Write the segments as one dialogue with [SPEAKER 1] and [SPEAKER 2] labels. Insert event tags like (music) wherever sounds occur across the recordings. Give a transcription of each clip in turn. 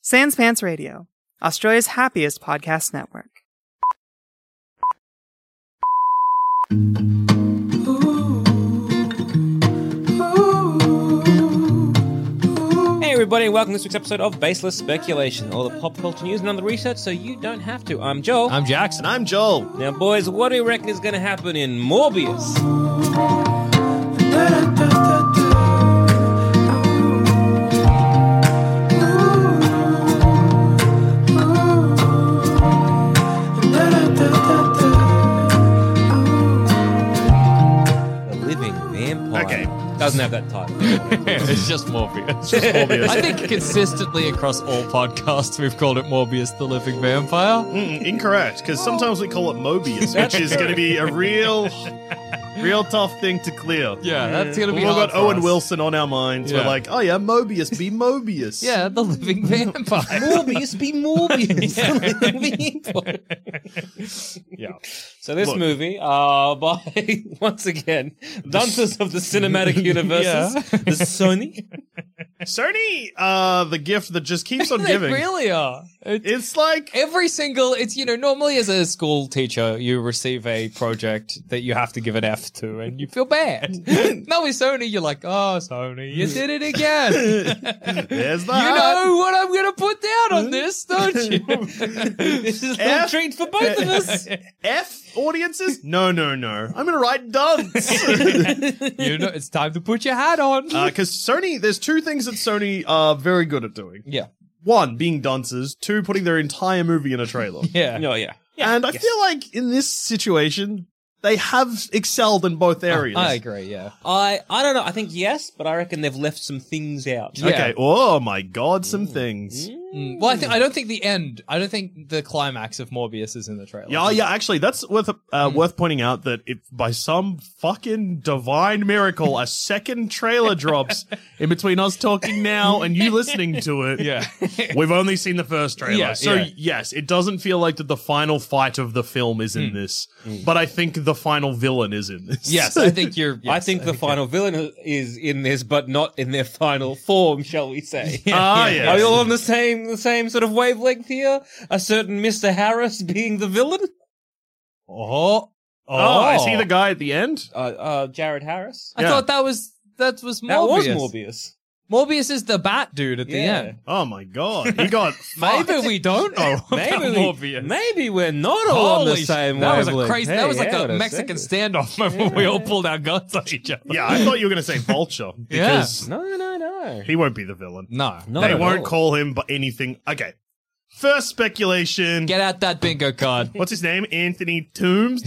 [SPEAKER 1] Sans Pants Radio, Australia's happiest podcast network.
[SPEAKER 2] Hey everybody, and welcome to this week's episode of Baseless Speculation, all the pop culture news and other research, so you don't have to. I'm Joel.
[SPEAKER 3] I'm Jackson. I'm Joel.
[SPEAKER 2] now, boys, what do you reckon is going to happen in Morbius? The Living Vampire.
[SPEAKER 3] Okay.
[SPEAKER 2] Doesn't have that title.
[SPEAKER 3] it's just Morbius. I think consistently across all podcasts, we've called it Morbius the Living Vampire.
[SPEAKER 4] Mm, incorrect, because sometimes we call it Mobius, which is going to be a real, real tough thing to clear.
[SPEAKER 3] Yeah, that's going to
[SPEAKER 4] We've
[SPEAKER 3] be
[SPEAKER 4] all
[SPEAKER 3] hard
[SPEAKER 4] got
[SPEAKER 3] for
[SPEAKER 4] Owen
[SPEAKER 3] us.
[SPEAKER 4] Wilson on our minds.
[SPEAKER 3] Yeah.
[SPEAKER 4] We're like, oh yeah, Mobius, be Mobius.
[SPEAKER 3] Yeah, the
[SPEAKER 4] (laughs)
[SPEAKER 3] Living Vampire.
[SPEAKER 2] Morbius be Morbius. The Living Vampire.
[SPEAKER 4] yeah.
[SPEAKER 2] So this
[SPEAKER 4] Look.
[SPEAKER 2] movie, uh, by (laughs) once again, Dunces of the Cinematic Universes, the Sony.
[SPEAKER 4] Cerny, uh, the gift that just
[SPEAKER 3] (laughs)
[SPEAKER 4] keeps on
[SPEAKER 3] they
[SPEAKER 4] giving.
[SPEAKER 3] really are. It's,
[SPEAKER 4] It's like
[SPEAKER 3] every single. It's you know normally as a school teacher you receive a project that you have to give an F to and you feel bad.
[SPEAKER 4] (laughs)
[SPEAKER 3] no, with Sony you're like, oh Sony, you did it
[SPEAKER 4] (laughs)
[SPEAKER 3] again.
[SPEAKER 4] there's
[SPEAKER 3] You
[SPEAKER 4] that.
[SPEAKER 3] know what I'm going to put down on this, don't
[SPEAKER 4] (laughs)
[SPEAKER 3] you?
[SPEAKER 2] This is a little
[SPEAKER 4] F-
[SPEAKER 2] treat for both of
[SPEAKER 3] (laughs)
[SPEAKER 2] us.
[SPEAKER 4] F audiences? No, no, no. I'm gonna
[SPEAKER 3] (laughs)
[SPEAKER 4] write dunce.
[SPEAKER 3] you know, it's time to put your hat on.
[SPEAKER 4] Because Sony, there's two things that Sony are very good at doing.
[SPEAKER 3] yeah,
[SPEAKER 4] One, being dunces. Two, putting their entire movie in a trailer.
[SPEAKER 3] (laughs) yeah.
[SPEAKER 2] No, yeah.
[SPEAKER 4] and I feel like in this situation, they have excelled in both areas.
[SPEAKER 3] Uh, I agree. Yeah,
[SPEAKER 2] I, I don't know. I think yes, but I reckon they've left some things out.
[SPEAKER 3] Yeah.
[SPEAKER 4] Okay. Oh my god, some things.
[SPEAKER 3] Mm. Well, I think I don't think the end. I don't think the climax of Morbius is in the trailer.
[SPEAKER 4] Yeah, yeah. Actually, that's worth uh, worth pointing out that if by some fucking divine miracle, a second trailer drops in between us talking now and you listening to it.
[SPEAKER 3] yeah.
[SPEAKER 4] (laughs) We've only seen the first trailer,
[SPEAKER 3] Yeah,
[SPEAKER 4] so
[SPEAKER 3] yeah.
[SPEAKER 4] yes, it doesn't feel like that the final fight of the film is
[SPEAKER 3] Mm.
[SPEAKER 4] in this, but I think the final villain is in this. (laughs)
[SPEAKER 3] yes, (laughs) I think you're.
[SPEAKER 2] (laughs) I
[SPEAKER 3] yes,
[SPEAKER 2] think the final villain is in this, but not in their final form, shall we say?
[SPEAKER 4] Ah,
[SPEAKER 2] Are
[SPEAKER 4] yes.
[SPEAKER 2] you all on the same the same sort of wavelength here? A certain Mr. Harris being the villain?
[SPEAKER 3] Oh,
[SPEAKER 4] Oh, I see the guy at the end.
[SPEAKER 2] Uh, uh, Jared Harris?
[SPEAKER 3] I
[SPEAKER 4] Yeah.
[SPEAKER 3] thought that was that was Morbius.
[SPEAKER 2] That was
[SPEAKER 4] (laughs)
[SPEAKER 2] Morbius.
[SPEAKER 3] Morbius is the bat dude at the
[SPEAKER 2] Yeah. Oh,
[SPEAKER 3] end.
[SPEAKER 4] Oh my god, he
[SPEAKER 3] (laughs)
[SPEAKER 4] got
[SPEAKER 2] (laughs)
[SPEAKER 3] Maybe we don't know.
[SPEAKER 2] Maybe,
[SPEAKER 3] about
[SPEAKER 2] we,
[SPEAKER 3] Morbius.
[SPEAKER 2] maybe we're not all on the
[SPEAKER 3] sh-
[SPEAKER 2] same
[SPEAKER 3] that was a
[SPEAKER 2] wavelength.
[SPEAKER 3] crazy.
[SPEAKER 2] Hey,
[SPEAKER 3] that was like
[SPEAKER 2] yeah,
[SPEAKER 3] a
[SPEAKER 2] what
[SPEAKER 3] Mexican
[SPEAKER 2] second.
[SPEAKER 3] standoff moment where we all pulled our guns on each other.
[SPEAKER 4] Yeah, I thought you were going to say Vulture
[SPEAKER 3] (laughs)
[SPEAKER 4] because
[SPEAKER 2] No, no, no.
[SPEAKER 4] he won't be the villain.
[SPEAKER 3] No,
[SPEAKER 2] Not
[SPEAKER 4] they
[SPEAKER 2] at
[SPEAKER 4] won't
[SPEAKER 2] all.
[SPEAKER 4] call him but anything. Okay. First speculation.
[SPEAKER 3] Get out that bingo card,
[SPEAKER 4] What's his name? Anthony Toombs?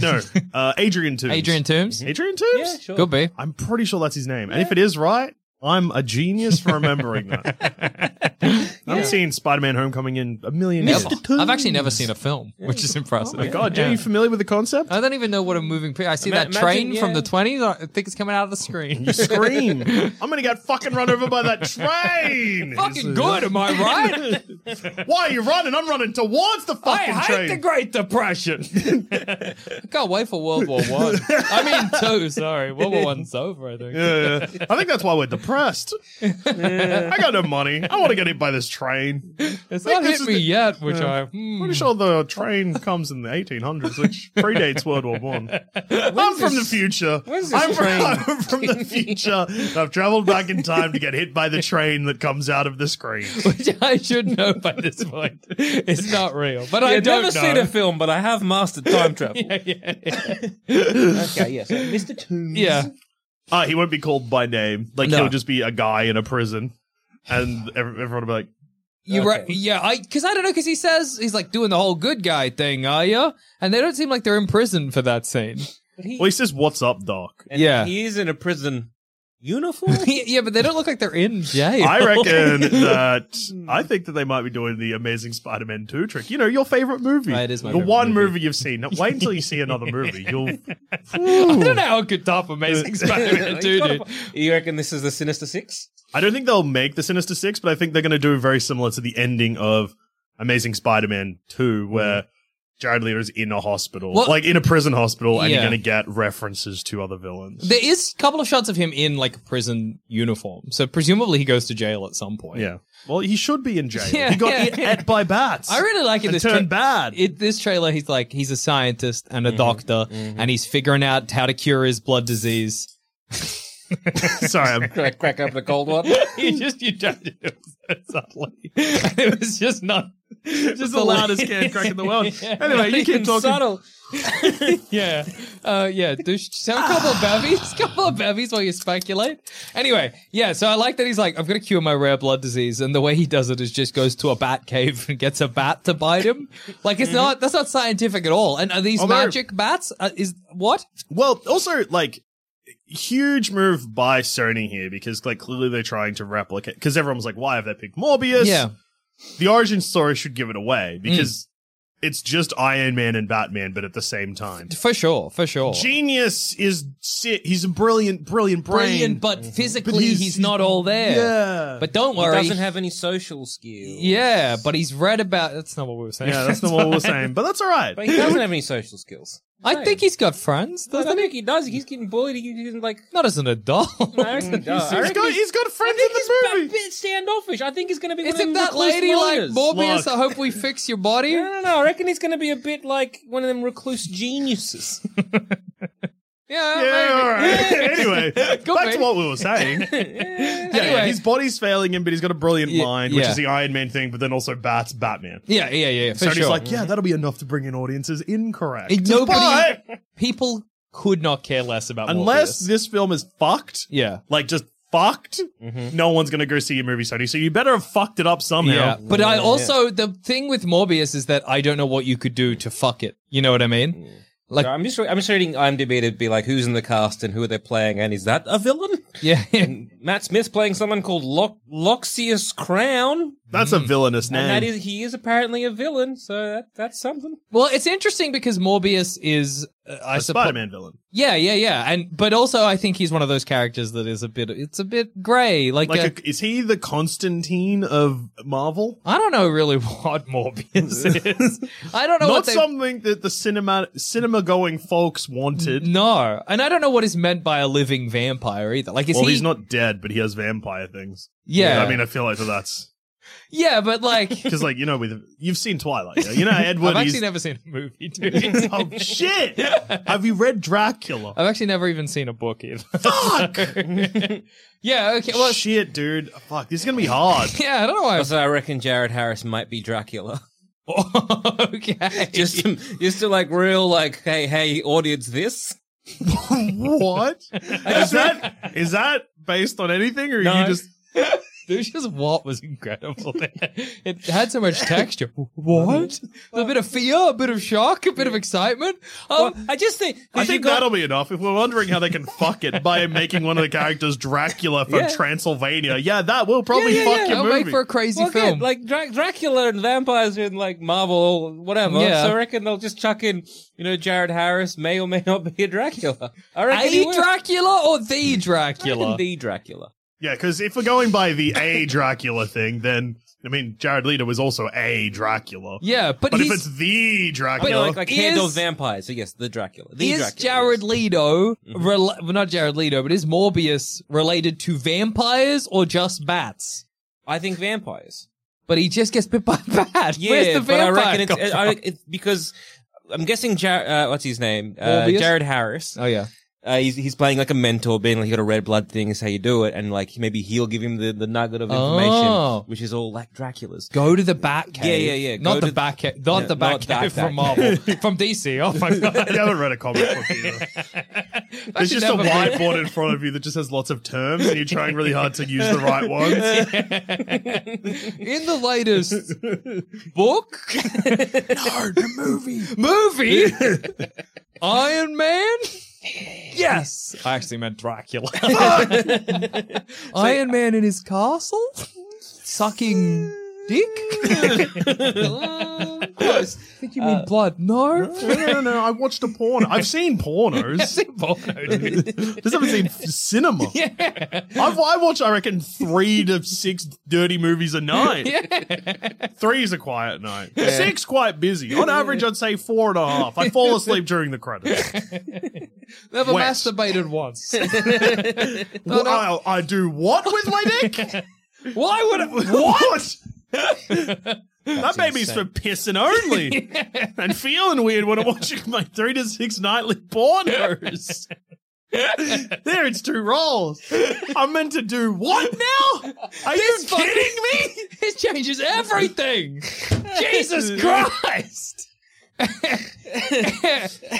[SPEAKER 3] (laughs)
[SPEAKER 4] No, uh, Adrian Toombs.
[SPEAKER 3] Adrian Toombs.
[SPEAKER 4] Adrian
[SPEAKER 2] Yeah,
[SPEAKER 4] Toombs?
[SPEAKER 2] sure.
[SPEAKER 3] Could be.
[SPEAKER 4] I'm pretty sure that's his name. And if it is right, I'm a genius for remembering that.
[SPEAKER 3] (laughs)
[SPEAKER 4] I've seen Spider-Man: Homecoming in a million years.
[SPEAKER 3] Never. I've actually never seen a film, which is impressive.
[SPEAKER 4] Oh my god, are you familiar with the concept?
[SPEAKER 3] I don't even know what a moving picture. I see
[SPEAKER 2] Ima-
[SPEAKER 3] that train
[SPEAKER 2] imagine,
[SPEAKER 3] from the
[SPEAKER 2] yeah.
[SPEAKER 3] twenties. I think it's coming out of the screen.
[SPEAKER 4] You scream! I'm gonna get fucking run over by that
[SPEAKER 3] (laughs)
[SPEAKER 4] train.
[SPEAKER 3] Fucking good, am I right?
[SPEAKER 4] (laughs) Why are you running? I'm running towards the fucking train.
[SPEAKER 3] Great
[SPEAKER 4] (laughs)
[SPEAKER 3] Depression. I can't wait for World War One. I mean, two. Sorry, World War
[SPEAKER 4] (laughs)
[SPEAKER 3] One's over. I think.
[SPEAKER 4] Yeah, yeah. I think that's why we're depressed. I got no money. I want to get hit by this train.
[SPEAKER 3] It's
[SPEAKER 4] think
[SPEAKER 3] not
[SPEAKER 4] this
[SPEAKER 3] hit
[SPEAKER 4] is
[SPEAKER 3] me
[SPEAKER 4] the-
[SPEAKER 3] yet, which I. hmm.
[SPEAKER 4] Pretty sure the train comes in the 1800s, which predates World War One. I'm from the future.
[SPEAKER 2] when's this
[SPEAKER 4] I'm from,
[SPEAKER 2] train?
[SPEAKER 4] I'm from the future. I've traveled back in time to get hit by the train that comes out of
[SPEAKER 2] (laughs)
[SPEAKER 4] the screen.
[SPEAKER 3] (laughs) Which I should know by this point. It's not real, but I
[SPEAKER 2] I've
[SPEAKER 3] don't
[SPEAKER 2] never
[SPEAKER 3] know.
[SPEAKER 2] seen a film, but I have mastered time
[SPEAKER 3] (laughs)
[SPEAKER 2] travel.
[SPEAKER 3] yeah, yeah, yeah.
[SPEAKER 2] Okay, yes.
[SPEAKER 3] uh,
[SPEAKER 2] Mr. Toombs. (laughs)
[SPEAKER 3] yeah.
[SPEAKER 4] Uh, he won't be called by name. Like
[SPEAKER 3] No.
[SPEAKER 4] he'll just be a guy in a prison, and ev- everyone will be like,
[SPEAKER 3] You
[SPEAKER 2] Okay.
[SPEAKER 3] right? Yeah, I because I don't know because he says he's like doing the whole good guy thing, are you? And they don't seem like they're in prison for that scene. (laughs)
[SPEAKER 2] But he,
[SPEAKER 4] "Well, he says, what's up, Doc?"
[SPEAKER 2] and
[SPEAKER 3] yeah.
[SPEAKER 2] he is in a prison
[SPEAKER 4] (laughs)
[SPEAKER 2] uniform.
[SPEAKER 3] yeah, but they don't look like they're in jail.
[SPEAKER 4] I reckon that I think that they might be doing the Amazing Spider-Man two trick. You know, your favorite movie.
[SPEAKER 3] It is my
[SPEAKER 4] the
[SPEAKER 3] favorite
[SPEAKER 4] one
[SPEAKER 3] movie.
[SPEAKER 4] movie. you've seen. Now, Wait until you see another movie. You'll
[SPEAKER 3] (laughs) I don't know how it could top Amazing
[SPEAKER 4] (laughs)
[SPEAKER 3] Spider-Man
[SPEAKER 2] He's
[SPEAKER 3] two,
[SPEAKER 2] got
[SPEAKER 3] (laughs) dude.
[SPEAKER 2] a- you reckon this is the Sinister Six?
[SPEAKER 4] I don't think they'll make the Sinister Six, but I think they're going to do very similar to the ending of Amazing Spider-Man two, where Jared Leto's in a hospital,
[SPEAKER 3] Hmm. Well-
[SPEAKER 4] like in a prison hospital, and you're
[SPEAKER 3] Yeah.
[SPEAKER 4] going to get references to other villains.
[SPEAKER 3] There is a couple of shots of him in like a prison uniform, so presumably he goes to jail at some point.
[SPEAKER 4] yeah. Well, he should be in jail.
[SPEAKER 3] Yeah,
[SPEAKER 4] he got
[SPEAKER 3] yeah, (laughs)
[SPEAKER 4] eat-
[SPEAKER 3] yeah.
[SPEAKER 4] at by bats.
[SPEAKER 3] I really like it.
[SPEAKER 4] and
[SPEAKER 3] This
[SPEAKER 4] turned
[SPEAKER 3] tra-
[SPEAKER 4] bad. Mm-hmm.
[SPEAKER 3] it, this trailer, he's like he's a scientist and a doctor, and he's figuring out how to cure his blood disease.
[SPEAKER 4] (laughs) Sorry, I'm (laughs)
[SPEAKER 5] Crack, crack up the cold
[SPEAKER 2] (laughs)
[SPEAKER 5] one.
[SPEAKER 3] he just you tried to do it so subtly. And (laughs) it was just not just (laughs)
[SPEAKER 4] It's the loudest can crack in the world. Anyway, you keep talking.
[SPEAKER 3] Subtle. yeah, uh, yeah. Do sh- have a couple of bevies, (laughs) couple of bevies while you speculate. Anyway, yeah. So I like that he's like, I'm gonna cure my rare blood disease, and the way he does it is just goes to a bat cave and gets a bat to bite him. Like it's not that's not scientific at all. And are these
[SPEAKER 4] Although-
[SPEAKER 3] magic bats? Uh, is what?
[SPEAKER 4] Well, also like huge move by Sony here because like clearly they're trying to replicate because everyone was like, why have they picked Morbius?
[SPEAKER 3] Yeah.
[SPEAKER 4] The origin story should give it
[SPEAKER 2] Mm.
[SPEAKER 4] away because it's just Iron Man and Batman, but at the same time.
[SPEAKER 3] For sure, for sure.
[SPEAKER 4] Genius is si- he's a brilliant, brilliant brain.
[SPEAKER 3] Brilliant, but physically
[SPEAKER 4] he's-
[SPEAKER 3] he's, not all there.
[SPEAKER 4] Yeah.
[SPEAKER 3] But don't
[SPEAKER 2] He
[SPEAKER 3] worry,
[SPEAKER 2] doesn't have any social skills.
[SPEAKER 3] Yeah, but he's read about. That's not what we were saying.
[SPEAKER 4] (laughs) yeah, that's not
[SPEAKER 3] (laughs)
[SPEAKER 4] what we're saying. But that's all right.
[SPEAKER 2] But he doesn't have any social skills.
[SPEAKER 3] I think he's got friends,
[SPEAKER 2] I
[SPEAKER 3] doesn't
[SPEAKER 2] think he does. He's getting bullied. He- He's
[SPEAKER 3] (laughs)
[SPEAKER 2] like.
[SPEAKER 3] he? Not as an adult.
[SPEAKER 2] I reckon he does. I
[SPEAKER 4] he's
[SPEAKER 2] reckon
[SPEAKER 4] got,
[SPEAKER 2] he's-
[SPEAKER 4] he's got
[SPEAKER 2] I
[SPEAKER 4] friends in
[SPEAKER 2] think
[SPEAKER 4] the
[SPEAKER 2] he's a
[SPEAKER 4] movie.
[SPEAKER 2] bit standoffish. I think he's going to be. one of
[SPEAKER 3] Isn't
[SPEAKER 2] them
[SPEAKER 3] that
[SPEAKER 2] recluse
[SPEAKER 3] lady like
[SPEAKER 2] loners.
[SPEAKER 3] Morbius?
[SPEAKER 4] Look.
[SPEAKER 3] I hope we fix your (laughs) body.
[SPEAKER 2] I don't know. I reckon he's going to be a bit like one of them recluse geniuses.
[SPEAKER 3] (laughs) Yeah, (laughs)
[SPEAKER 4] Yeah, all right.
[SPEAKER 2] (laughs)
[SPEAKER 4] anyway, back
[SPEAKER 3] be.
[SPEAKER 4] to what we were saying. Yeah, yeah,
[SPEAKER 3] Anyway.
[SPEAKER 4] his body's failing him, but he's got a brilliant
[SPEAKER 3] Yeah,
[SPEAKER 4] mind, which
[SPEAKER 3] yeah.
[SPEAKER 4] is the Iron Man thing, but then also bats Batman.
[SPEAKER 3] yeah, yeah, yeah. For
[SPEAKER 4] So he's
[SPEAKER 3] sure.
[SPEAKER 4] like, yeah, that'll be enough to bring in audiences incorrect.
[SPEAKER 3] It- nobody,
[SPEAKER 4] But
[SPEAKER 3] (laughs) people could not care less about
[SPEAKER 4] unless
[SPEAKER 3] Morbius.
[SPEAKER 4] this film is fucked,
[SPEAKER 3] yeah,
[SPEAKER 4] like just fucked,
[SPEAKER 3] Mm-hmm.
[SPEAKER 4] no one's gonna go see your movie, Sony. So you better have fucked it up somehow.
[SPEAKER 3] yeah. But I also the thing with Morbius is that I don't know what you could do to fuck it. You know what I mean? Like,
[SPEAKER 2] So I'm just. re- I'm just reading IMDb to be like, who's in the cast and who are they playing, and is that a villain?
[SPEAKER 3] yeah, yeah.
[SPEAKER 2] Matt Smith playing someone called Lox- Loxias Crown,
[SPEAKER 4] That's
[SPEAKER 3] Mm-hmm.
[SPEAKER 4] a villainous
[SPEAKER 2] and that
[SPEAKER 4] name.
[SPEAKER 2] is he is apparently a villain, so that, that's something.
[SPEAKER 3] Well, it's interesting because Morbius is, uh, I
[SPEAKER 4] a
[SPEAKER 3] suppose,
[SPEAKER 4] Spider-Man villain,
[SPEAKER 3] Yeah, yeah, yeah, and but also I think he's one of those characters that is a bit. It's a bit grey. Like, uh, I a,
[SPEAKER 4] like, a, is he the Constantine of Marvel?
[SPEAKER 3] I don't know really (laughs) what (laughs) Morbius is. I don't know
[SPEAKER 4] Not
[SPEAKER 3] what they.
[SPEAKER 4] something that the cinema cinema going folks wanted.
[SPEAKER 3] no, and I don't know what is meant by a living vampire either. Like, is
[SPEAKER 4] well,
[SPEAKER 3] he?
[SPEAKER 4] he's not dead, but he has vampire things.
[SPEAKER 3] Yeah,
[SPEAKER 4] I mean, I feel like that's
[SPEAKER 3] yeah, but
[SPEAKER 4] (laughs)
[SPEAKER 3] like,
[SPEAKER 4] because, like, you know, with you've seen Twilight, yeah? you know, Edward.
[SPEAKER 3] (laughs) I've actually
[SPEAKER 4] he's-
[SPEAKER 3] never seen a movie,
[SPEAKER 4] (laughs)
[SPEAKER 3] dude.
[SPEAKER 4] oh shit! Have you
[SPEAKER 3] (laughs)
[SPEAKER 4] read Dracula?
[SPEAKER 3] I've actually never even seen a book either. (laughs)
[SPEAKER 4] Fuck!
[SPEAKER 3] yeah, okay, well,
[SPEAKER 4] shit, dude. Fuck, this is gonna be hard.
[SPEAKER 3] (laughs) yeah, I don't know why. I
[SPEAKER 2] Also, Oh, I reckon Jared Harris might be (laughs) Dracula.
[SPEAKER 3] was- (laughs) okay,
[SPEAKER 2] Just, to, just to like real like, hey, hey, audience, this.
[SPEAKER 4] what (laughs) is that? Is that based on anything, or
[SPEAKER 2] No.
[SPEAKER 3] (laughs)
[SPEAKER 4] you just?
[SPEAKER 3] Lucius Watt was incredible. (laughs) there. it had so much
[SPEAKER 4] (laughs)
[SPEAKER 3] texture. What? a bit of fear, a bit of shock, a bit of excitement. Um,
[SPEAKER 2] Well, I just think
[SPEAKER 4] I
[SPEAKER 2] 'cause you
[SPEAKER 4] think
[SPEAKER 2] got-
[SPEAKER 4] that'll be enough. If we're wondering how they can fuck it by making one of the characters Dracula from
[SPEAKER 2] Yeah.
[SPEAKER 4] Transylvania, yeah, that will probably
[SPEAKER 3] yeah,
[SPEAKER 4] fuck
[SPEAKER 3] yeah,
[SPEAKER 4] your
[SPEAKER 3] I'll
[SPEAKER 4] movie.
[SPEAKER 3] make for a crazy
[SPEAKER 2] well,
[SPEAKER 3] film.
[SPEAKER 2] good. like Dra- Dracula and vampires are in like Marvel, whatever.
[SPEAKER 3] Yeah.
[SPEAKER 2] So I reckon they'll just chuck in, you know, Jared Harris may or may not be a Dracula. I reckon he
[SPEAKER 3] a
[SPEAKER 2] will.
[SPEAKER 3] Dracula or
[SPEAKER 4] (laughs)
[SPEAKER 3] the
[SPEAKER 2] I reckon
[SPEAKER 3] Dracula?
[SPEAKER 2] the Dracula.
[SPEAKER 4] yeah, because if we're going by the a Dracula thing, then I mean, Jared Leto was also a Dracula.
[SPEAKER 3] yeah, but,
[SPEAKER 4] But if
[SPEAKER 3] he's,
[SPEAKER 4] it's the
[SPEAKER 2] You know,
[SPEAKER 4] Dracula,
[SPEAKER 2] like like
[SPEAKER 3] Is-
[SPEAKER 2] handle vampires. So yes, the Dracula. The
[SPEAKER 3] is
[SPEAKER 2] Dracula. yes.
[SPEAKER 3] Jared
[SPEAKER 2] Mm-hmm.
[SPEAKER 3] Leto rela- well, not Jared Leto, but is Morbius related to vampires or just bats?
[SPEAKER 2] I think vampires.
[SPEAKER 3] But he just gets bit by a bat.
[SPEAKER 2] Yeah,
[SPEAKER 3] Where's the
[SPEAKER 2] but I
[SPEAKER 3] vampire?
[SPEAKER 2] reckon
[SPEAKER 3] come
[SPEAKER 2] it's, uh,
[SPEAKER 3] from?
[SPEAKER 2] I, it's because I'm guessing Jar- uh, what's his name? Uh,
[SPEAKER 3] Morbius?
[SPEAKER 2] Jared Harris.
[SPEAKER 3] oh yeah,
[SPEAKER 2] Uh, he's he's playing like a mentor, being like, "You got a red blood thing. Is how you do it." And like maybe he'll give him the, the nugget of information,
[SPEAKER 3] Oh.
[SPEAKER 2] which is all like Dracula's. (laughs)
[SPEAKER 3] go to the Bat Cave.
[SPEAKER 2] Yeah, yeah, yeah,
[SPEAKER 3] Not
[SPEAKER 2] go
[SPEAKER 3] the
[SPEAKER 2] to-
[SPEAKER 3] Bat Cave. Not
[SPEAKER 2] Yeah,
[SPEAKER 3] the Bat
[SPEAKER 2] not that
[SPEAKER 3] Cave
[SPEAKER 2] Bat
[SPEAKER 3] from Marvel,
[SPEAKER 2] Cave. (laughs)
[SPEAKER 3] from DC. Oh my god.
[SPEAKER 4] (laughs) I haven't read a comic book
[SPEAKER 3] (laughs)
[SPEAKER 4] either. There's
[SPEAKER 3] Actually,
[SPEAKER 4] just a
[SPEAKER 3] never mind.
[SPEAKER 4] whiteboard in front of you that just has lots of terms, and you're trying really hard to use
[SPEAKER 3] (laughs)
[SPEAKER 4] the right ones.
[SPEAKER 3] in the latest (laughs) book, no, the movie, (laughs) movie, Iron Man. Yes, I actually meant Dracula. (laughs) Iron Man in his (laughs) castle, sucking dick. Uh, close. course. I think you mean blood. No.
[SPEAKER 4] No, no, no, no. I watched a porno. I've seen pornos. Um,
[SPEAKER 3] Porno, dude.
[SPEAKER 4] Just haven't seen f-
[SPEAKER 3] (laughs)
[SPEAKER 4] cinema. I've, I watch, I reckon, three to six dirty movies a night. Three is a quiet night. Six quite busy. On average, I'd say four and a half. I fall asleep during the credits.
[SPEAKER 3] Never
[SPEAKER 4] Wet.
[SPEAKER 3] masturbated (laughs) once.
[SPEAKER 4] Well, I, I do what with my
[SPEAKER 3] (laughs)
[SPEAKER 4] dick?
[SPEAKER 3] Why would I?
[SPEAKER 4] what? that baby's
[SPEAKER 2] insane.
[SPEAKER 4] for pissing
[SPEAKER 3] (laughs)
[SPEAKER 4] only and feeling weird when I'm watching my three to six nightly pornos. there, it's two rolls. I'm meant to do what now? Are
[SPEAKER 3] This
[SPEAKER 4] you
[SPEAKER 3] fucking-
[SPEAKER 4] kidding me?
[SPEAKER 3] (laughs) It changes
[SPEAKER 4] (laughs)
[SPEAKER 3] everything. Jesus Christ. (laughs)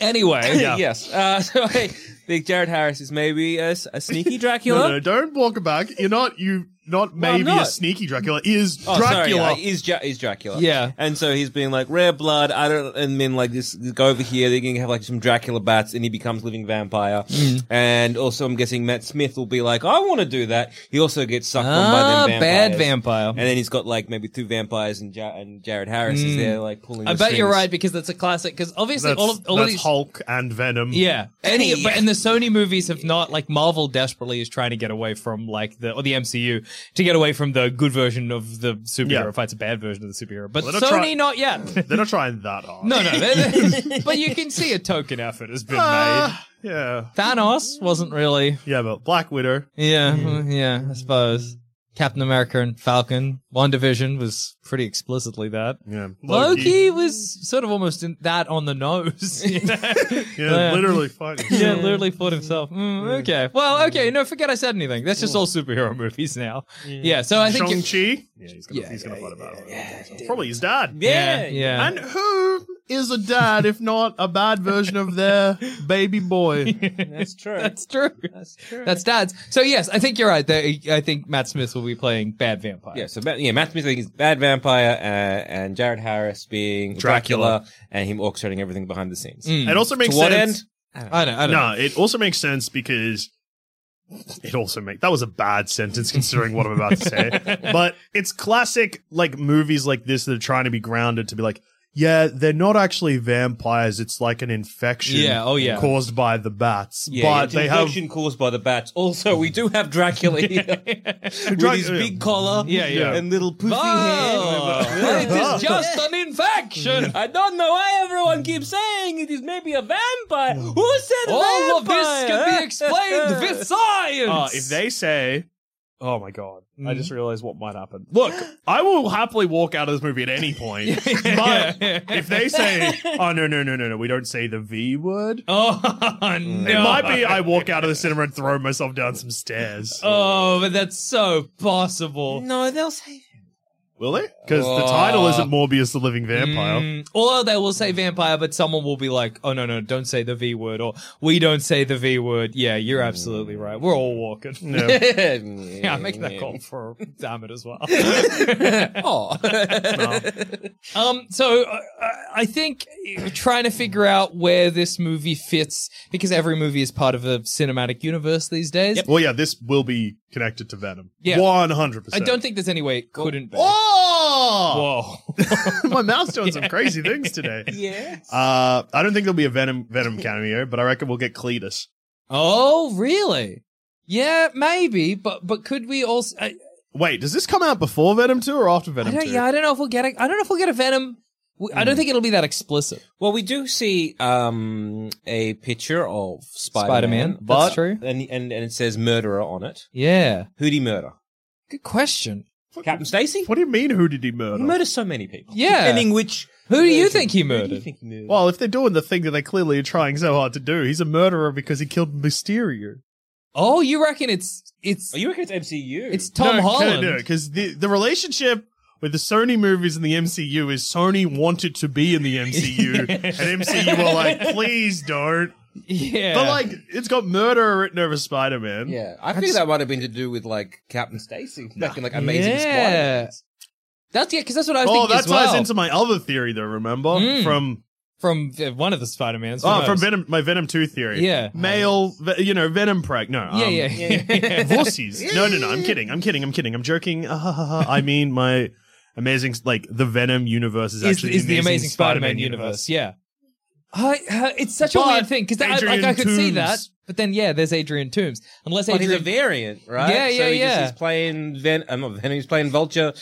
[SPEAKER 3] anyway, (laughs)
[SPEAKER 4] Yeah.
[SPEAKER 2] yes. Uh, so I think Jared Harris is maybe a, s- a sneaky Dracula.
[SPEAKER 4] (laughs) No, no, don't walk it back. You're not you not maybe a
[SPEAKER 2] not.
[SPEAKER 4] sneaky Dracula. Is
[SPEAKER 2] Oh,
[SPEAKER 4] Dracula?
[SPEAKER 2] sorry, yeah, is, Dra- is Dracula.
[SPEAKER 3] Yeah.
[SPEAKER 2] And so he's being like, rare blood, I don't, and then like this, go over here, they're gonna have like some Dracula bats, and he becomes living vampire.
[SPEAKER 3] Mm.
[SPEAKER 2] And also, I'm guessing Matt Smith will be like, I wanna do that. He also gets sucked on
[SPEAKER 3] (laughs) Ah,
[SPEAKER 2] by them vampires.
[SPEAKER 3] bad vampire.
[SPEAKER 2] And then he's got like maybe two vampires, and, ja- and Jared Harris is there like pulling
[SPEAKER 3] Mm. I
[SPEAKER 2] the
[SPEAKER 3] bet you're
[SPEAKER 2] strings.
[SPEAKER 3] right because that's a classic. Because obviously,
[SPEAKER 4] that's,
[SPEAKER 3] all of all of
[SPEAKER 4] that's
[SPEAKER 3] these,
[SPEAKER 4] Hulk and Venom.
[SPEAKER 3] yeah, any
[SPEAKER 2] Yeah.
[SPEAKER 3] but and the Sony movies have not like Marvel desperately is trying to get away from like the or the MCU to get away from the good version of the superhero
[SPEAKER 4] Yeah.
[SPEAKER 3] fights a bad version of the superhero, but
[SPEAKER 4] Well, they're
[SPEAKER 3] Sony
[SPEAKER 4] not try-
[SPEAKER 3] not yet.
[SPEAKER 4] they're not trying that hard.
[SPEAKER 3] No, no, Ah. they- they- (laughs) but you can see a token effort has been
[SPEAKER 4] Uh,
[SPEAKER 3] made.
[SPEAKER 4] yeah,
[SPEAKER 3] Thanos wasn't really,
[SPEAKER 4] yeah, but Black Widow.
[SPEAKER 3] yeah, well, yeah, I suppose. Captain America and Falcon, One Division was pretty explicitly that.
[SPEAKER 4] Yeah,
[SPEAKER 3] Loki, was sort of almost in that on the (laughs) nose. you know?
[SPEAKER 4] Yeah,
[SPEAKER 3] (laughs) Yeah.
[SPEAKER 4] literally fighting.
[SPEAKER 3] Yeah, literally fought himself. Mm, okay. Well, okay. No, forget I said anything. That's just all superhero (laughs) movies now. Yeah. so I think.
[SPEAKER 4] Shang
[SPEAKER 3] it-
[SPEAKER 4] Chi. Yeah, he's gonna,
[SPEAKER 3] Yeah,
[SPEAKER 4] he's gonna fight about it. Probably his dad.
[SPEAKER 3] yeah.
[SPEAKER 2] Yeah.
[SPEAKER 3] Yeah.
[SPEAKER 4] And who is a dad if not a bad version of their
[SPEAKER 3] (laughs)
[SPEAKER 4] baby boy?
[SPEAKER 2] That's true.
[SPEAKER 3] That's true. (laughs)
[SPEAKER 2] That's true.
[SPEAKER 3] That's dad's. So yes, I think you're right. They- I think Matt Smith will be playing bad vampire.
[SPEAKER 2] Yeah, so Matt, yeah, Matt Smith is bad vampire, uh, and Jared Harris being
[SPEAKER 4] Dracula.
[SPEAKER 2] Dracula, and him orchestrating everything behind the scenes.
[SPEAKER 3] Mm.
[SPEAKER 4] It also makes
[SPEAKER 2] to what
[SPEAKER 4] sense.
[SPEAKER 2] end?
[SPEAKER 3] I don't. I don't.
[SPEAKER 4] No, it also makes sense because it also make that was a bad sentence considering what I'm about to say.
[SPEAKER 3] (laughs)
[SPEAKER 4] But it's classic like movies like this that are trying to be grounded to be like, yeah, they're not actually vampires. It's like an infection,
[SPEAKER 3] Yeah, oh, yeah.
[SPEAKER 4] caused by the bats.
[SPEAKER 2] Yeah,
[SPEAKER 4] but
[SPEAKER 2] it's
[SPEAKER 4] they have
[SPEAKER 2] infection caused by the bats. Also, we do have
[SPEAKER 3] (laughs)
[SPEAKER 2] Dracula here with
[SPEAKER 4] Drac-
[SPEAKER 2] his
[SPEAKER 4] yeah.
[SPEAKER 2] big collar,
[SPEAKER 3] Yeah, yeah.
[SPEAKER 2] and little poofy
[SPEAKER 3] Oh, (laughs)
[SPEAKER 2] hair.
[SPEAKER 4] (laughs)
[SPEAKER 3] it is just an infection.
[SPEAKER 2] I don't know why everyone keeps saying it is maybe a vampire. Who said vampire?
[SPEAKER 3] All of this can be explained (laughs) with science.
[SPEAKER 4] Uh, if they say, "Oh my god," I just realized what might happen.
[SPEAKER 3] (laughs)
[SPEAKER 4] Look, I will happily walk out of this movie at any point. but if they say, "Oh no, no, no, no, no," we don't say the V word.
[SPEAKER 3] (laughs) oh
[SPEAKER 4] It
[SPEAKER 3] no,
[SPEAKER 4] might be I walk out of the cinema and throw myself down some stairs.
[SPEAKER 3] Oh, but that's so possible.
[SPEAKER 2] No, they'll say.
[SPEAKER 4] Will they? Because the title isn't Morbius the Living Vampire.
[SPEAKER 3] Mm, although they will say vampire, but someone will be like, "Oh no, no, don't say the V word," or "We don't say the V word." Yeah, you're absolutely right. We're all walking. (laughs)
[SPEAKER 4] No.
[SPEAKER 3] Yeah,
[SPEAKER 2] yeah,
[SPEAKER 3] I'm making that call for Dammit as well.
[SPEAKER 2] (laughs) Oh.
[SPEAKER 3] um, so uh, I think uh, trying to figure out where this movie fits because every movie is part of a cinematic universe these days.
[SPEAKER 4] Well, yeah, this will be connected to Venom.
[SPEAKER 3] Yeah.
[SPEAKER 4] One hundred
[SPEAKER 3] I
[SPEAKER 4] percent.
[SPEAKER 3] don't think there's any way it couldn't be.
[SPEAKER 4] Oh,
[SPEAKER 3] Whoa.
[SPEAKER 4] (laughs) my mouth's doing some crazy things today.
[SPEAKER 2] (laughs) yes.
[SPEAKER 4] Uh, I don't think there'll be a Venom Venom cameo, but I reckon we'll get Cletus.
[SPEAKER 3] oh, really? Yeah, maybe, but but could we also? I,
[SPEAKER 4] Wait, does this come out before Venom 2 or after
[SPEAKER 3] I
[SPEAKER 4] Venom
[SPEAKER 3] don't,
[SPEAKER 4] 2?
[SPEAKER 3] yeah, I don't know if we'll get a, I don't know if we'll get a Venom. we- I don't think it'll be that explicit.
[SPEAKER 2] Well, we do see um, a picture of Spider-Man,
[SPEAKER 3] Spider-Man, that's true.
[SPEAKER 2] And, and and it says murderer on it.
[SPEAKER 3] Yeah.
[SPEAKER 2] Who'd he murder?
[SPEAKER 3] Good question.
[SPEAKER 2] Captain Stacy?
[SPEAKER 4] What do you mean, who did he
[SPEAKER 2] He
[SPEAKER 4] murder?
[SPEAKER 2] murders so many people.
[SPEAKER 3] Yeah.
[SPEAKER 2] Depending which.
[SPEAKER 3] Who do you
[SPEAKER 2] version.
[SPEAKER 3] think he
[SPEAKER 2] Who do you
[SPEAKER 3] murdered?
[SPEAKER 2] think he murdered?
[SPEAKER 4] Well, if they're doing the thing that they clearly are trying so hard to do, he's a murderer because he killed Mysterio.
[SPEAKER 3] Oh, you reckon it's it's
[SPEAKER 2] oh, you reckon it's MCU?
[SPEAKER 3] it's Tom
[SPEAKER 4] no,
[SPEAKER 3] Holland?
[SPEAKER 4] because the, the relationship with the Sony movies and the MCU is Sony wanted to be in
[SPEAKER 3] (laughs)
[SPEAKER 4] the MCU, and MCU were like, please don't.
[SPEAKER 3] Yeah.
[SPEAKER 4] But, like, it's got murderer written over Spider Man.
[SPEAKER 2] Yeah, I think that might have been to do with like Captain Stacy back in like Amazing
[SPEAKER 3] Yeah.
[SPEAKER 2] Spider-Man.
[SPEAKER 3] that's yeah, because that's what I was
[SPEAKER 4] Oh,
[SPEAKER 3] thinking
[SPEAKER 4] that
[SPEAKER 3] as well.
[SPEAKER 4] ties into my other theory, though, remember?
[SPEAKER 3] Mm.
[SPEAKER 4] From
[SPEAKER 3] from uh, one of the Spider Mans.
[SPEAKER 4] oh, from Venom, my Venom 2 theory.
[SPEAKER 3] Yeah.
[SPEAKER 4] Male, ve- you know, Venom preg. No.
[SPEAKER 3] Yeah,
[SPEAKER 4] um,
[SPEAKER 3] (laughs) yeah, yeah.
[SPEAKER 4] (laughs) Vossies. No, no, no. I'm kidding. I'm kidding. I'm kidding. I'm joking. Ah, ha, ha, ha. I mean, my amazing like the Venom universe is
[SPEAKER 3] Is,
[SPEAKER 4] actually
[SPEAKER 3] is the Amazing Spider-Man, universe? Yeah. I- uh, it's such a
[SPEAKER 4] But
[SPEAKER 3] weird thing because I, like, I
[SPEAKER 4] Adrian
[SPEAKER 3] could see
[SPEAKER 4] Toomes.
[SPEAKER 3] that, but then yeah, there's Adrian Toombs. Unless
[SPEAKER 2] But he's a
[SPEAKER 3] Adrian,
[SPEAKER 2] variant, right?
[SPEAKER 3] Yeah, yeah,
[SPEAKER 2] so he
[SPEAKER 3] yeah.
[SPEAKER 2] Just, he's playing Ven. I'm not Venom. He's playing Vulture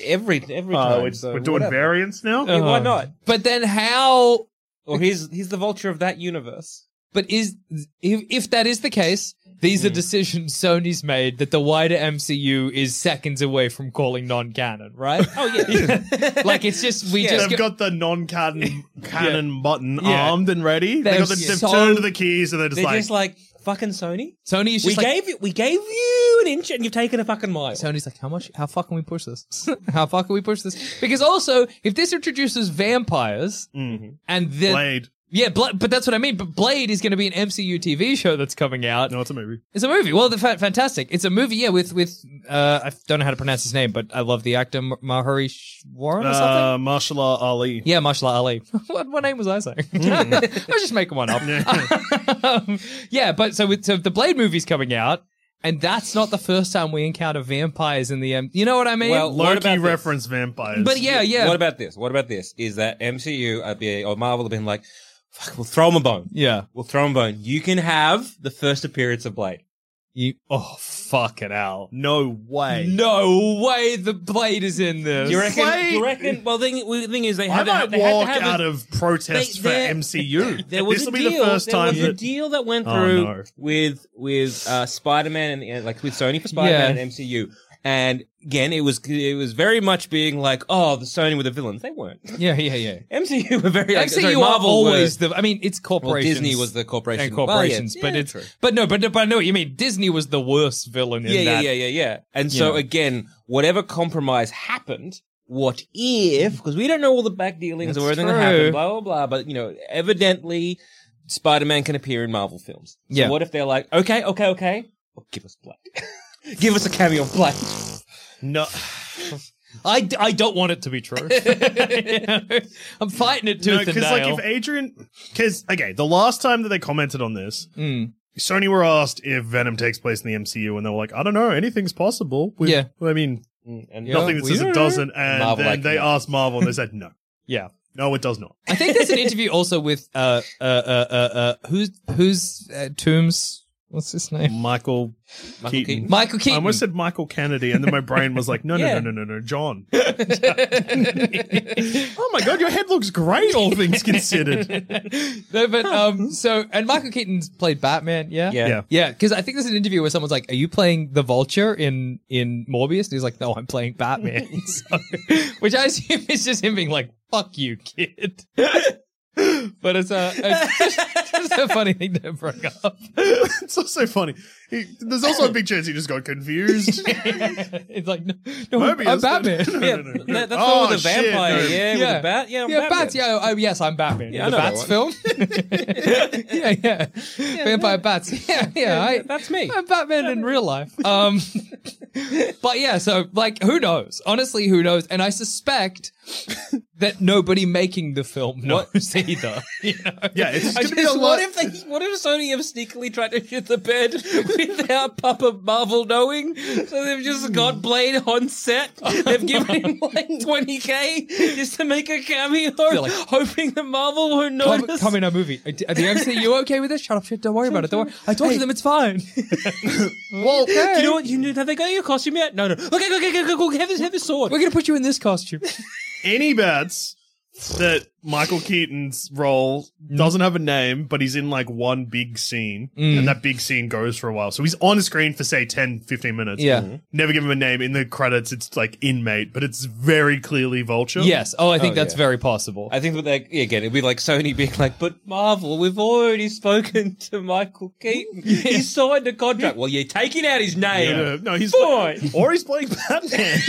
[SPEAKER 2] every every
[SPEAKER 4] Uh,
[SPEAKER 2] time.
[SPEAKER 4] we're,
[SPEAKER 2] so
[SPEAKER 4] we're doing
[SPEAKER 2] whatever. Uh,
[SPEAKER 4] variants now.
[SPEAKER 2] Yeah, why
[SPEAKER 3] Oh.
[SPEAKER 2] not?
[SPEAKER 3] but then how?
[SPEAKER 2] Or he's he's the Vulture of that universe.
[SPEAKER 3] But is if, if that is the case, these are decisions Sony's made that the wider MCU is seconds away from calling non-canon, right?
[SPEAKER 2] Oh yeah.
[SPEAKER 3] (laughs) like it's just we
[SPEAKER 2] Yeah.
[SPEAKER 3] just
[SPEAKER 4] They've
[SPEAKER 3] go-
[SPEAKER 4] got
[SPEAKER 2] (laughs)
[SPEAKER 4] the non-cannon cannon button
[SPEAKER 3] Yeah.
[SPEAKER 4] armed and ready. They
[SPEAKER 3] They're
[SPEAKER 4] got the, they've
[SPEAKER 3] so-
[SPEAKER 4] turned the keys and they're just
[SPEAKER 2] They're
[SPEAKER 4] like,
[SPEAKER 2] just like fucking Sony.
[SPEAKER 3] Sony is
[SPEAKER 2] we
[SPEAKER 3] just like
[SPEAKER 2] gave you we gave you an inch and you've taken a fucking mile.
[SPEAKER 3] Sony's like, how much? How far can we push this? (laughs) how far can we push this? Because also, if this introduces vampires
[SPEAKER 4] Mhm.
[SPEAKER 3] and then
[SPEAKER 4] Blade.
[SPEAKER 3] yeah, Bla- but that's what I mean. But Blade is going to be an MCU TV show that's coming out.
[SPEAKER 4] No, it's a movie.
[SPEAKER 3] It's a movie. Well, the fa- fantastic. It's a movie. Yeah, with with uh, I don't know how to pronounce his name, but I love the actor M- Mahari Warren or something.
[SPEAKER 4] Uh, martial art Ali.
[SPEAKER 3] Yeah, Marshall Ali. (laughs) what, what name was I saying?
[SPEAKER 2] Hmm.
[SPEAKER 3] (laughs) I was just
[SPEAKER 2] (laughs)
[SPEAKER 3] making one up. (laughs) Um, yeah, but so with, so the Blade movie's coming out, and that's not the first time we encounter vampires in the. Um, you know what I mean?
[SPEAKER 2] Well, What about
[SPEAKER 4] Loki
[SPEAKER 2] this?
[SPEAKER 4] reference vampires.
[SPEAKER 3] but yeah, yeah,
[SPEAKER 2] What about this? What about this? Is that MCU at the or Marvel have been like, fuck, we'll throw him a bone.
[SPEAKER 3] yeah.
[SPEAKER 2] We'll throw him a bone. You can have the first appearance of Blade.
[SPEAKER 3] You, oh fucking hell!
[SPEAKER 4] no way.
[SPEAKER 3] No way, the Blade is in this.
[SPEAKER 2] You reckon?
[SPEAKER 4] Blade!
[SPEAKER 2] You reckon? Well, the thing, well, the thing is, they
[SPEAKER 4] I
[SPEAKER 2] had, to,
[SPEAKER 4] might
[SPEAKER 2] have- they had
[SPEAKER 4] walk
[SPEAKER 2] to have a-
[SPEAKER 4] out of protest
[SPEAKER 2] They-
[SPEAKER 4] for
[SPEAKER 2] there-
[SPEAKER 4] MCU.
[SPEAKER 2] There was
[SPEAKER 4] this will
[SPEAKER 2] a
[SPEAKER 4] be
[SPEAKER 2] deal.
[SPEAKER 4] the first
[SPEAKER 2] there
[SPEAKER 4] time
[SPEAKER 2] was a
[SPEAKER 4] that
[SPEAKER 2] deal that went
[SPEAKER 4] Oh,
[SPEAKER 2] through
[SPEAKER 4] no.
[SPEAKER 2] with with uh, Spider Man and the end, like with Sony for Spider Man
[SPEAKER 3] Yeah.
[SPEAKER 2] and MCU. And again, it was it was very much being like, oh, the Sony were the villains. They weren't. (laughs)
[SPEAKER 3] Yeah, yeah, yeah.
[SPEAKER 2] MCU were very like,
[SPEAKER 3] MCU
[SPEAKER 2] sorry,
[SPEAKER 3] are
[SPEAKER 2] Marvel
[SPEAKER 3] always
[SPEAKER 2] were,
[SPEAKER 3] the. I mean, it's
[SPEAKER 2] well,
[SPEAKER 3] corporations.
[SPEAKER 2] Disney was the corporation
[SPEAKER 3] and
[SPEAKER 2] Well, yeah,
[SPEAKER 3] corporations, but
[SPEAKER 2] yeah,
[SPEAKER 3] it's
[SPEAKER 2] true.
[SPEAKER 3] but no, but but I know what you mean. Disney was the worst villain in
[SPEAKER 2] yeah,
[SPEAKER 3] that.
[SPEAKER 2] yeah, yeah, yeah, yeah. And so
[SPEAKER 3] Yeah.
[SPEAKER 2] again, whatever compromise happened, what if? Because we don't know all the back dealings
[SPEAKER 3] That's
[SPEAKER 2] or everything that
[SPEAKER 3] true.
[SPEAKER 2] happened, blah blah blah. But you know, evidently, Spider-Man can appear in Marvel films. So
[SPEAKER 3] Yeah.
[SPEAKER 2] What if they're like, okay, okay, okay, well, give us Blade, (laughs) give us a cameo of Mm, Blade.
[SPEAKER 4] no,
[SPEAKER 3] I, d- I don't want it to be
[SPEAKER 2] (laughs)
[SPEAKER 3] true. (laughs) I'm fighting it tooth and
[SPEAKER 4] because like
[SPEAKER 3] nail.
[SPEAKER 4] if Adrian, because okay, the last time that they commented on this,
[SPEAKER 3] Hmm.
[SPEAKER 4] Sony were asked if Venom takes place in the MCU, and they were like, I don't know, anything's possible. We-
[SPEAKER 3] Yeah.
[SPEAKER 4] I mean,
[SPEAKER 2] And
[SPEAKER 3] Yeah.
[SPEAKER 4] nothing that says
[SPEAKER 3] we-
[SPEAKER 4] it doesn't. And
[SPEAKER 2] Marvel,
[SPEAKER 4] then
[SPEAKER 2] like,
[SPEAKER 4] they
[SPEAKER 2] no.
[SPEAKER 4] asked Marvel, and they
[SPEAKER 2] (laughs)
[SPEAKER 4] said no,
[SPEAKER 3] yeah,
[SPEAKER 4] no, it does not.
[SPEAKER 3] I think there's an interview also with uh uh uh uh, uh who's who's uh, Tombs? What's his name?
[SPEAKER 4] Michael,
[SPEAKER 2] Michael
[SPEAKER 4] Keaton.
[SPEAKER 2] Keaton.
[SPEAKER 3] Michael
[SPEAKER 4] I
[SPEAKER 3] Keaton.
[SPEAKER 4] almost said Michael Kennedy, and then my brain was like, no, no,
[SPEAKER 2] (laughs) Yeah.
[SPEAKER 4] no, no, no, no,
[SPEAKER 2] (laughs)
[SPEAKER 4] John. oh my god, your head looks great, all
[SPEAKER 2] (laughs)
[SPEAKER 4] things considered.
[SPEAKER 3] (laughs)
[SPEAKER 4] (laughs)
[SPEAKER 3] no, but um, so and Michael Keaton's played Batman. Yeah,
[SPEAKER 2] yeah.
[SPEAKER 4] Yeah.
[SPEAKER 3] Yeah, because I think there's an interview where someone's like, "Are you playing the Vulture in in Morbius?" And he's like, "No, I'm playing Batman," (laughs) So- which I assume is just him being like, "Fuck you, kid." (laughs) but it's a (laughs) it's just, just a funny thing to bring up.
[SPEAKER 4] it's also funny. He- there's also a big chance he just
[SPEAKER 2] (laughs)
[SPEAKER 4] got confused.
[SPEAKER 3] (laughs) it's like, no, no
[SPEAKER 4] Mobius,
[SPEAKER 3] I'm
[SPEAKER 4] no,
[SPEAKER 3] Batman.
[SPEAKER 4] (laughs) no, no,
[SPEAKER 2] Yeah,
[SPEAKER 4] no, no, no.
[SPEAKER 2] that- that's
[SPEAKER 4] Oh,
[SPEAKER 2] all with the
[SPEAKER 4] shit,
[SPEAKER 2] vampire.
[SPEAKER 4] no.
[SPEAKER 2] Yeah, with
[SPEAKER 3] Yeah.
[SPEAKER 2] the bat. Yeah, I'm
[SPEAKER 3] yeah,
[SPEAKER 2] Batman.
[SPEAKER 3] bats. Yeah, oh, yes, I'm Batman.
[SPEAKER 2] Yeah, I
[SPEAKER 3] the
[SPEAKER 2] know that
[SPEAKER 3] Bats
[SPEAKER 2] one.
[SPEAKER 3] film.
[SPEAKER 2] (laughs)
[SPEAKER 3] (laughs) yeah, yeah, Vampire bats. (laughs) Yeah, yeah. I,
[SPEAKER 2] that's me.
[SPEAKER 3] I'm Batman in real life. Um, (laughs) but yeah, so like, who knows? Honestly, who knows? And I suspect that nobody making the film knows either. (laughs) You know?
[SPEAKER 4] Yeah, it's
[SPEAKER 2] I
[SPEAKER 4] gonna be a
[SPEAKER 2] just-
[SPEAKER 4] lot.
[SPEAKER 2] what if they, what if Sony have sneakily tried to shit the bed (laughs) without Papa Marvel knowing? So they've just got Blade (laughs) on set. They've given
[SPEAKER 3] (laughs)
[SPEAKER 2] him like twenty k just to make a cameo, (laughs)
[SPEAKER 3] like-
[SPEAKER 2] hoping that Marvel won't
[SPEAKER 3] Come,
[SPEAKER 2] notice. (laughs)
[SPEAKER 3] come in our movie. Are the MCU okay with this? Shut up, shit. Don't worry about it. Don't worry. I talked to them. It's fine. well,
[SPEAKER 2] You know what? You know, have they got your costume yet? No, no. Okay, okay, okay, okay, okay. Have this, have this sword.
[SPEAKER 3] We're gonna put you in this costume.
[SPEAKER 4] any bets that Michael Keaton's role
[SPEAKER 2] Mm.
[SPEAKER 4] doesn't have a name, but he's in like one big scene,
[SPEAKER 2] Mm.
[SPEAKER 4] and that big scene goes for a while. So he's on screen for say 10, 15 minutes.
[SPEAKER 3] Yeah. Mhm.
[SPEAKER 4] Never give him a name. In the credits, it's like inmate, but it's very clearly Vulture.
[SPEAKER 3] yes. Oh, I think that's
[SPEAKER 2] yeah.
[SPEAKER 3] very possible.
[SPEAKER 2] I think that they, yeah, again, it'd be like Sony being like, but Marvel, we've already spoken to Michael
[SPEAKER 3] (laughs)
[SPEAKER 2] Keaton. He signed a contract. Well, you're taking out his
[SPEAKER 4] No,
[SPEAKER 2] name.
[SPEAKER 4] no, no, he's
[SPEAKER 2] Boy.
[SPEAKER 4] or he's playing
[SPEAKER 3] (laughs)
[SPEAKER 4] Batman.
[SPEAKER 2] (laughs)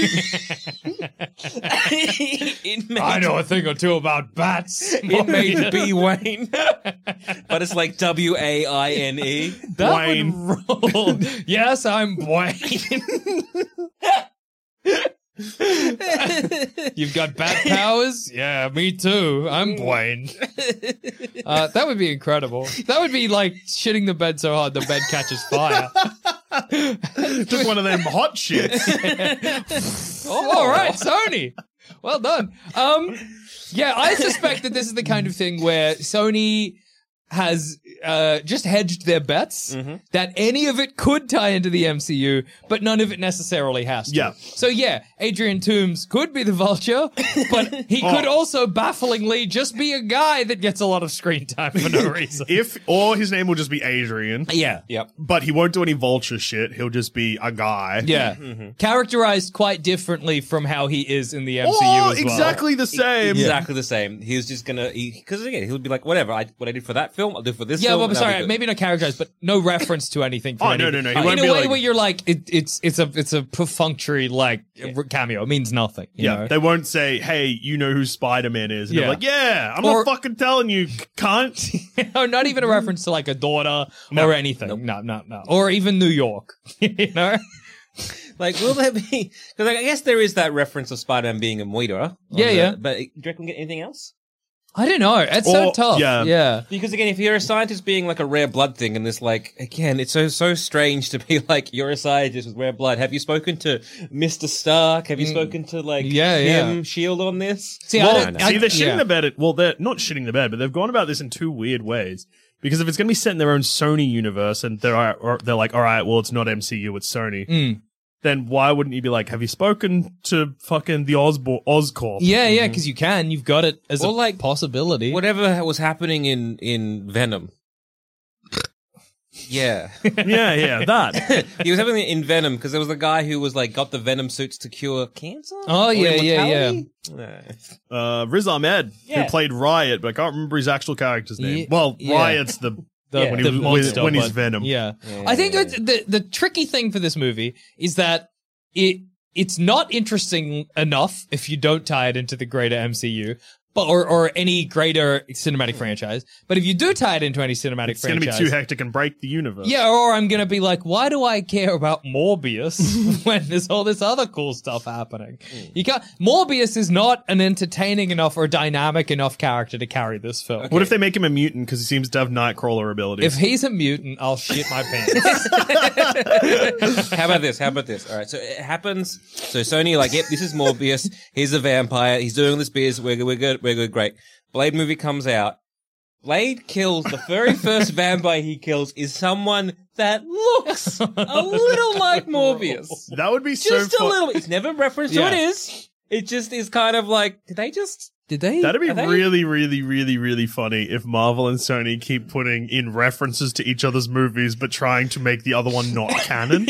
[SPEAKER 2] it may,
[SPEAKER 3] know a thing or two about (laughs)
[SPEAKER 4] (laughs)
[SPEAKER 3] bats.
[SPEAKER 2] it may be Wayne, (laughs) but it's like W A I N E.
[SPEAKER 3] That
[SPEAKER 4] Wayne.
[SPEAKER 3] would roll. (laughs) yes, I'm Wayne. You've got (laughs) bat powers? Yeah, me too. I'm Wayne. Uh, that would be incredible. That would be like shitting the bed so hard the bed catches fire.
[SPEAKER 4] Took one of them hot
[SPEAKER 3] (laughs)
[SPEAKER 4] shits.
[SPEAKER 3] Oh, all right, Sony. Well done. Um, yeah, I suspect that this is the kind of thing where Sony has uh, just hedged their bets that any of it could tie into the MCU, but none of it necessarily has to.
[SPEAKER 4] Yeah.
[SPEAKER 3] So yeah, Adrian Toomes could be the Vulture, but he could also bafflingly just be a guy that gets a lot of screen time for no reason.
[SPEAKER 4] If or his name will just be Adrian,
[SPEAKER 3] yeah.
[SPEAKER 2] Yep.
[SPEAKER 4] but he won't do any vulture shit. He'll just be a guy.
[SPEAKER 3] Yeah. Characterized quite differently from how he is in the MCU
[SPEAKER 4] Or
[SPEAKER 3] as well.
[SPEAKER 4] exactly the same.
[SPEAKER 2] Exactly the same. He was just gonna, because again, he'll be like, whatever, I, what I did for that film, I'll do for this
[SPEAKER 3] Yeah,
[SPEAKER 2] film.
[SPEAKER 3] well, I'm
[SPEAKER 2] and I'll be
[SPEAKER 3] sorry,
[SPEAKER 2] good.
[SPEAKER 3] maybe not characterized, but no reference to anything. From
[SPEAKER 4] Oh, no,
[SPEAKER 3] any-
[SPEAKER 4] no, no, he
[SPEAKER 3] Uh, in
[SPEAKER 4] won't
[SPEAKER 3] a
[SPEAKER 4] be
[SPEAKER 3] way
[SPEAKER 4] like-
[SPEAKER 3] where you're like, it, it's it's a it's a perfunctory like cameo. It means nothing. you
[SPEAKER 4] Yeah,
[SPEAKER 3] know?
[SPEAKER 4] they won't say, "Hey, you know who Spider Man is?" And
[SPEAKER 3] Yeah.
[SPEAKER 4] they're like, "Yeah, I'm
[SPEAKER 3] Or-
[SPEAKER 4] not fucking telling you, c-
[SPEAKER 3] (laughs)
[SPEAKER 4] cunt."
[SPEAKER 3] No, not even a reference to like a daughter or anything. No, no, no, or even New York. (laughs) you know?
[SPEAKER 2] Like, will there be? Because like, I guess there is that reference of Spider-Man being a moiter. on
[SPEAKER 3] Yeah,
[SPEAKER 2] the-
[SPEAKER 3] yeah.
[SPEAKER 2] But do you reckon we get anything else?
[SPEAKER 3] I don't know. It's so
[SPEAKER 4] Or-
[SPEAKER 3] tough.
[SPEAKER 4] yeah.
[SPEAKER 3] yeah.
[SPEAKER 2] Because again, if you're a scientist being like a rare blood thing, and this like again, it's so so strange to be (laughs) like you're a scientist with rare blood. Have you spoken to Mister Stark? Have you spoken to like
[SPEAKER 3] Mm. Yeah, yeah.
[SPEAKER 2] him Shield E on this?
[SPEAKER 3] See, I
[SPEAKER 4] well,
[SPEAKER 3] don't-
[SPEAKER 4] see, they're
[SPEAKER 3] I-
[SPEAKER 4] shitting
[SPEAKER 3] yeah.
[SPEAKER 4] the bed. At, well, they're not shitting the bed, but they've gone about this in two weird ways. Because if it's going to be set in their own Sony universe, and they're all- or they're like, "All right, well, it's not MCU, it's Sony,"
[SPEAKER 3] Mm.
[SPEAKER 4] then why wouldn't you be like, "Have you spoken to fucking the Osborne Oscorp?"
[SPEAKER 3] Yeah, yeah, because you can. You've got it as
[SPEAKER 2] Or,
[SPEAKER 3] a
[SPEAKER 2] like,
[SPEAKER 3] possibility.
[SPEAKER 2] whatever was happening in in Venom.
[SPEAKER 3] (laughs)
[SPEAKER 2] Yeah,
[SPEAKER 4] yeah, yeah, that.
[SPEAKER 2] (laughs) he was having it in Venom because there was a guy who was like got the Venom suits to cure cancer.
[SPEAKER 3] Oh,
[SPEAKER 2] Or
[SPEAKER 3] yeah, yeah, yeah.
[SPEAKER 2] immortality? No.
[SPEAKER 4] Uh, Riz Ahmed,
[SPEAKER 2] Yeah.
[SPEAKER 4] who played Riot, but I can't remember his actual character's name.
[SPEAKER 3] Ye-
[SPEAKER 4] well,
[SPEAKER 3] yeah.
[SPEAKER 4] Riot's the
[SPEAKER 3] the,
[SPEAKER 2] Yeah.
[SPEAKER 4] when, he
[SPEAKER 3] the
[SPEAKER 4] was,
[SPEAKER 3] monster,
[SPEAKER 4] when he's
[SPEAKER 3] but-
[SPEAKER 4] Venom.
[SPEAKER 3] Yeah.
[SPEAKER 2] Yeah.
[SPEAKER 3] I think that the the tricky thing for this movie is that it it's not interesting enough if you don't tie it into the greater MCU. But, or, or any greater cinematic franchise. But if you do tie it into any cinematic
[SPEAKER 4] It's going to
[SPEAKER 3] franchise,
[SPEAKER 4] be too hectic and break the universe.
[SPEAKER 3] yeah, or I'm going to be like, why do I care about
[SPEAKER 4] (laughs)
[SPEAKER 3] Morbius (laughs) when there's all this other cool stuff happening?
[SPEAKER 4] Mm.
[SPEAKER 3] You can't, Morbius is not an entertaining enough or dynamic enough character to carry this film.
[SPEAKER 4] What if they make him a mutant because he seems to have Nightcrawler abilities?
[SPEAKER 3] If he's a mutant, I'll shit my
[SPEAKER 4] (laughs)
[SPEAKER 3] pants. (laughs)
[SPEAKER 2] How about this? How about this? All right, so it happens. So Sony, like, yep, this is Morbius. He's a vampire. He's doing all this beers. We're good. We're good. We're good. Great. Blade movie comes out. Blade kills the very first vampire he kills is someone that looks a little like Morbius,
[SPEAKER 4] that would be
[SPEAKER 2] just a
[SPEAKER 4] so fu-
[SPEAKER 2] little. It's never referenced who it
[SPEAKER 3] Yeah.
[SPEAKER 2] is. It just is kind of like, did they just?
[SPEAKER 3] Did they?
[SPEAKER 4] That'd be
[SPEAKER 2] Are they-
[SPEAKER 4] really, really, really, really funny if Marvel and Sony keep putting in references to each other's movies, but trying to make the other
[SPEAKER 3] (laughs)
[SPEAKER 4] one not canon.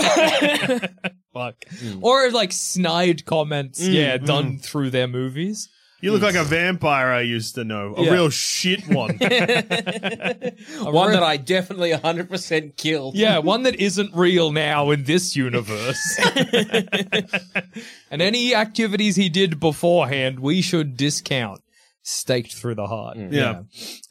[SPEAKER 3] Fuck.
[SPEAKER 2] Mm.
[SPEAKER 3] Or like snide comments, yeah, done through their movies.
[SPEAKER 4] You look like a vampire I used to know, a
[SPEAKER 3] Yeah.
[SPEAKER 4] real shit
[SPEAKER 3] (laughs)
[SPEAKER 2] One
[SPEAKER 4] one.
[SPEAKER 2] that I definitely 100% killed.
[SPEAKER 3] Yeah, one that isn't real now in this
[SPEAKER 2] (laughs)
[SPEAKER 3] universe. (laughs) and any activities he did beforehand, we should discount. Staked through the heart.
[SPEAKER 2] Mm.
[SPEAKER 4] Yeah.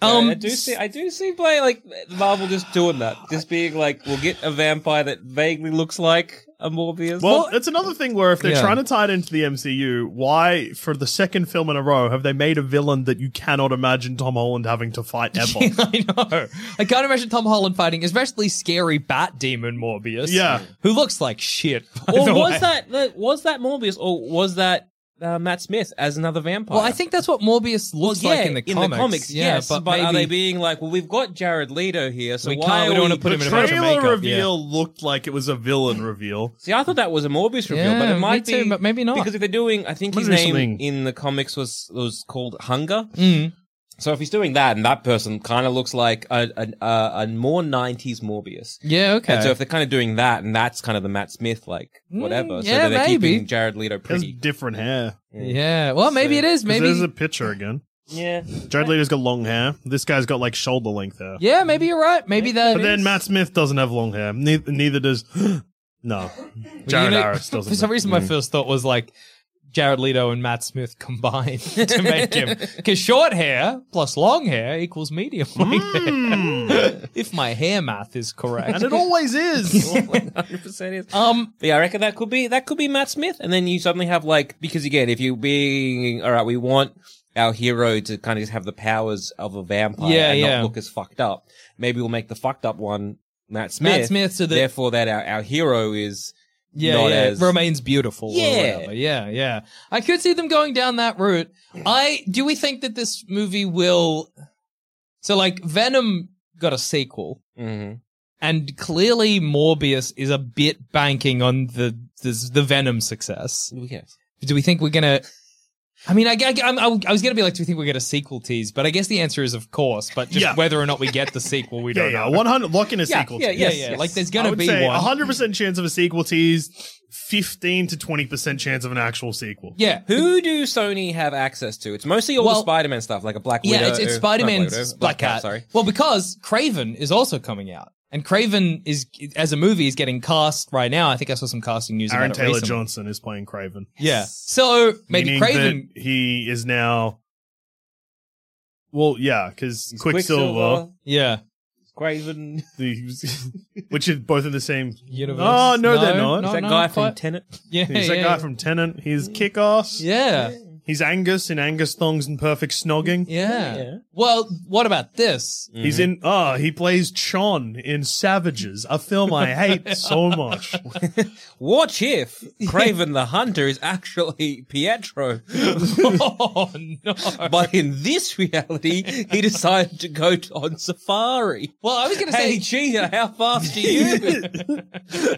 [SPEAKER 3] Um,
[SPEAKER 2] I do see. I do see Blade like Marvel just doing that, just being like, we'll get a vampire that vaguely looks like a Morbius.
[SPEAKER 4] Well, that's another thing where if they're
[SPEAKER 3] Yeah.
[SPEAKER 4] trying to tie it into the MCU, why, for the second film in a row, have they made a villain that you cannot imagine Tom Holland having to
[SPEAKER 3] (laughs)
[SPEAKER 4] fight ever?
[SPEAKER 3] (laughs) I know. I can't imagine Tom Holland fighting, especially scary bat demon Morbius.
[SPEAKER 4] Yeah.
[SPEAKER 3] Who looks like shit. by
[SPEAKER 2] or
[SPEAKER 3] the
[SPEAKER 2] was
[SPEAKER 3] way.
[SPEAKER 2] that that- was that Morbius, or was that uh, Matt Smith as another vampire?
[SPEAKER 3] Well, I think that's what Morbius looks
[SPEAKER 2] yeah,
[SPEAKER 3] like in the comics. yeah,
[SPEAKER 2] yes,
[SPEAKER 3] but,
[SPEAKER 2] but, are they
[SPEAKER 3] maybe-
[SPEAKER 2] being like, well, we've got Jared Leto here, so
[SPEAKER 3] We
[SPEAKER 2] why
[SPEAKER 3] can't-
[SPEAKER 2] are
[SPEAKER 3] we don't wanna
[SPEAKER 2] we-
[SPEAKER 3] put him in
[SPEAKER 4] the
[SPEAKER 3] a bunch of
[SPEAKER 4] trailer
[SPEAKER 3] makeup, yeah.
[SPEAKER 4] reveal looked like it was a villain reveal.
[SPEAKER 2] See, I thought that was a Morbius reveal, but
[SPEAKER 3] Yeah,
[SPEAKER 2] it might
[SPEAKER 3] me too,
[SPEAKER 2] be,
[SPEAKER 3] but maybe not.
[SPEAKER 2] because if they're doing, I think
[SPEAKER 4] Might
[SPEAKER 2] his
[SPEAKER 4] do
[SPEAKER 2] name
[SPEAKER 4] something.
[SPEAKER 2] in the comics was was called Hunger.
[SPEAKER 3] Mm.
[SPEAKER 2] So if he's doing that, and that person kind of looks like a a, a, a more '90s Morbius.
[SPEAKER 3] Yeah, okay. Mm,
[SPEAKER 2] And so if they're kind of doing that, and that's kind of the Matt Smith like whatever, so that
[SPEAKER 3] yeah,
[SPEAKER 2] they're
[SPEAKER 3] maybe.
[SPEAKER 2] keeping Jared Leto
[SPEAKER 4] He has
[SPEAKER 2] pretty.
[SPEAKER 4] different hair.
[SPEAKER 3] yeah, well, maybe it is.
[SPEAKER 4] 'Cause
[SPEAKER 3] Maybe
[SPEAKER 4] There's a picture again.
[SPEAKER 2] (laughs)
[SPEAKER 3] (laughs)
[SPEAKER 2] Yeah,
[SPEAKER 4] Jared Leto's got long hair. This guy's got like shoulder length hair.
[SPEAKER 3] Yeah, maybe you're right. Maybe that.
[SPEAKER 4] But then
[SPEAKER 3] is-
[SPEAKER 4] Matt Smith doesn't have long hair. Neither, neither does. (gasps) no.
[SPEAKER 3] You
[SPEAKER 4] Jared
[SPEAKER 3] know,
[SPEAKER 4] Harris
[SPEAKER 3] (laughs)
[SPEAKER 4] doesn't.
[SPEAKER 3] For some reason, my first thought was like Jared Leto and Matt Smith combined (laughs) to make
[SPEAKER 4] (laughs)
[SPEAKER 3] him because short hair plus long hair equals medium.
[SPEAKER 4] Hmm.
[SPEAKER 3] length (laughs) hair. if my hair math is correct.
[SPEAKER 4] Mm. and it always
[SPEAKER 3] (laughs)
[SPEAKER 4] is.
[SPEAKER 2] hundred percent is.
[SPEAKER 3] um,
[SPEAKER 2] But yeah, I reckon that could be that could be Matt Smith, and then you suddenly have like because again, if you're being all right, we want our hero to kind of just have the powers of a vampire
[SPEAKER 3] Yeah,
[SPEAKER 2] and
[SPEAKER 3] yeah.
[SPEAKER 2] not look as fucked up. Maybe we'll make the fucked up one Matt Smith.
[SPEAKER 3] Matt Smith, so that-
[SPEAKER 2] therefore that our, our hero is
[SPEAKER 3] yeah,
[SPEAKER 2] not
[SPEAKER 3] yeah,
[SPEAKER 2] as
[SPEAKER 3] remains beautiful. or
[SPEAKER 2] Yeah.
[SPEAKER 3] whatever. yeah, yeah. I could see them going down that route. I do. We think that this movie will. So, like, Venom got a sequel,
[SPEAKER 2] Mhm.
[SPEAKER 3] and clearly Morbius is a bit banking on the the, the Venom success.
[SPEAKER 2] Yes.
[SPEAKER 3] Do we think we're gonna? I mean, I, I, I'm- I, was gonna be like, do we think we get a sequel tease? But I guess the answer is, of course. But just
[SPEAKER 4] Yeah.
[SPEAKER 3] whether or not we get the sequel, we
[SPEAKER 4] (laughs) Yeah,
[SPEAKER 3] don't
[SPEAKER 4] yeah.
[SPEAKER 3] know.
[SPEAKER 4] One hundred. Lock in a sequel.
[SPEAKER 2] yeah,
[SPEAKER 4] tease.
[SPEAKER 3] yeah,
[SPEAKER 2] Yes,
[SPEAKER 3] yeah.
[SPEAKER 2] yes.
[SPEAKER 3] Like, there's
[SPEAKER 4] I
[SPEAKER 3] gonna
[SPEAKER 4] would
[SPEAKER 3] be
[SPEAKER 4] say
[SPEAKER 3] one.
[SPEAKER 4] hundred percent chance of a sequel tease, fifteen to twenty percent chance of an actual sequel.
[SPEAKER 3] yeah,
[SPEAKER 2] Who do Sony have access to? It's mostly all
[SPEAKER 3] Well-
[SPEAKER 2] the Spider-Man stuff, like a Black
[SPEAKER 3] yeah.
[SPEAKER 2] Widow.
[SPEAKER 3] it's it's
[SPEAKER 2] not
[SPEAKER 3] Spider
[SPEAKER 2] Black
[SPEAKER 3] Man's
[SPEAKER 2] Widow,
[SPEAKER 3] Black, Cat.
[SPEAKER 2] Sorry.
[SPEAKER 3] Well, because Craven is also coming out, and Craven is as a movie is getting cast right now. I think I saw some casting news.
[SPEAKER 4] Aaron
[SPEAKER 3] about it
[SPEAKER 4] Taylor
[SPEAKER 3] recently.
[SPEAKER 4] Johnson is playing Craven.
[SPEAKER 3] Yeah. So maybe
[SPEAKER 4] Meaning
[SPEAKER 3] Craven.
[SPEAKER 4] that he is now. Well, yeah, because
[SPEAKER 2] He's
[SPEAKER 4] Quicksilver,
[SPEAKER 3] yeah.
[SPEAKER 2] Craven.
[SPEAKER 4] the- (laughs) which is both in
[SPEAKER 3] (laughs)
[SPEAKER 4] the same.
[SPEAKER 3] Universe.
[SPEAKER 4] Oh, no, they're not.
[SPEAKER 3] no,
[SPEAKER 2] is that
[SPEAKER 3] no,
[SPEAKER 2] guy from
[SPEAKER 3] quite-
[SPEAKER 2] Tenet?
[SPEAKER 3] Yeah.
[SPEAKER 4] He's that
[SPEAKER 3] yeah,
[SPEAKER 4] guy
[SPEAKER 3] yeah.
[SPEAKER 4] from Tenant. He's Kickass.
[SPEAKER 3] Yeah.
[SPEAKER 4] He's Angus in Angus Thongs and Perfect Snogging.
[SPEAKER 3] Yeah.
[SPEAKER 2] Yeah.
[SPEAKER 3] Well, what
[SPEAKER 2] (laughs)
[SPEAKER 3] about this? (laughs)
[SPEAKER 4] He's in. Oh, he plays Chon in Savages, a film I hate
[SPEAKER 3] (laughs)
[SPEAKER 4] so much.
[SPEAKER 2] Watch if Craven the Hunter is actually Pietro,
[SPEAKER 3] oh no.
[SPEAKER 2] but in this reality, he decided to go t- on safari.
[SPEAKER 3] well, I was going to
[SPEAKER 2] Hey,
[SPEAKER 3] say
[SPEAKER 2] cheetah, how fast do
[SPEAKER 3] (laughs)
[SPEAKER 2] you?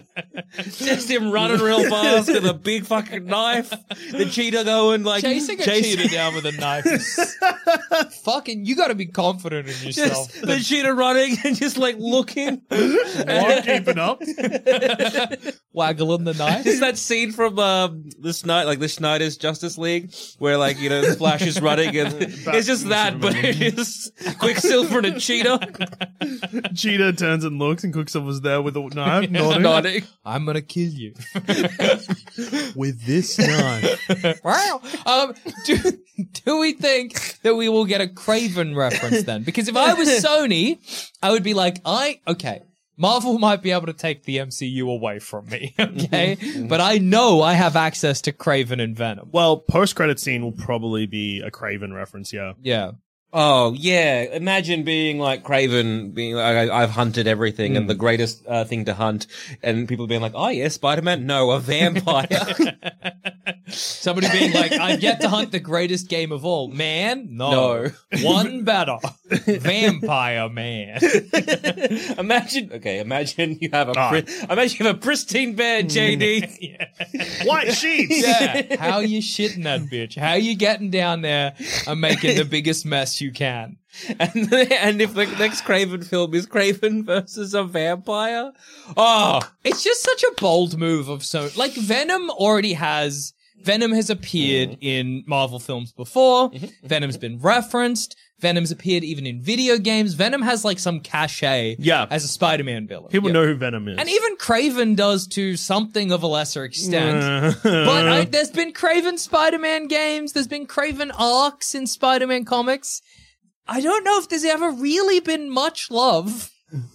[SPEAKER 2] Just him running real fast with a big fucking knife. The cheetah going like
[SPEAKER 3] chasing a cheetah down with a knife. is-
[SPEAKER 2] (laughs)
[SPEAKER 3] fucking, you got to be confident in yourself.
[SPEAKER 2] Just (laughs) the cheetah running and just like looking.
[SPEAKER 4] Not keeping up.
[SPEAKER 3] Waggling the knife.
[SPEAKER 2] It's that scene from um, the Snyder, like the Snyder's Justice League, where like you know Flash is running and (laughs) it's just that, but it's just (laughs) Quicksilver and a cheetah
[SPEAKER 4] Cheetah turns and looks, and Quicksilver's there with a
[SPEAKER 3] (laughs)
[SPEAKER 4] knife, nodding.
[SPEAKER 2] nodding.
[SPEAKER 3] I'm gonna kill you. (laughs)
[SPEAKER 4] With this knife,
[SPEAKER 3] wow. Um, do, do we think that we will get a Craven reference then? Because if I was Sony, I would be like, I okay. Marvel might be able to take the MCU away from me, (laughs) okay? but I know I have access to Craven and Venom.
[SPEAKER 4] well, post-credit scene will probably be a Craven reference. Yeah,
[SPEAKER 3] Yeah.
[SPEAKER 2] Oh yeah! Imagine being like Craven, being like, I, "I've hunted everything," and the greatest uh, thing to hunt, and people being like, "Oh yeah, Spider Man? No, a (laughs) vampire."
[SPEAKER 3] Somebody being like, I've yet to hunt the greatest game of all. Man? No. One better. Vampire Man.
[SPEAKER 2] (laughs) imagine, okay, imagine you have a,
[SPEAKER 4] Ah.
[SPEAKER 2] pri- imagine you have a pristine bear,
[SPEAKER 3] Mm.
[SPEAKER 2] JD.
[SPEAKER 3] (laughs)
[SPEAKER 4] white sheets.
[SPEAKER 3] Yeah. How you shitting that bitch? How you getting down there and making the biggest mess you can?
[SPEAKER 2] And, and if the next Craven film is Craven versus a vampire, oh,
[SPEAKER 3] It's just such a bold move of so like Venom already has Venom has appeared in Marvel films before. Venom's been referenced. Venom's appeared even in video games. Venom has like some cachet
[SPEAKER 4] Yeah.
[SPEAKER 3] as a Spider-Man villain.
[SPEAKER 4] People
[SPEAKER 3] Yeah.
[SPEAKER 4] know who Venom is.
[SPEAKER 3] And even Craven does to something of a lesser extent. But I,
[SPEAKER 4] Uh-huh.
[SPEAKER 3] there's been Craven Spider-Man games. There's been Craven arcs in Spider-Man comics. I don't know if there's ever really been much love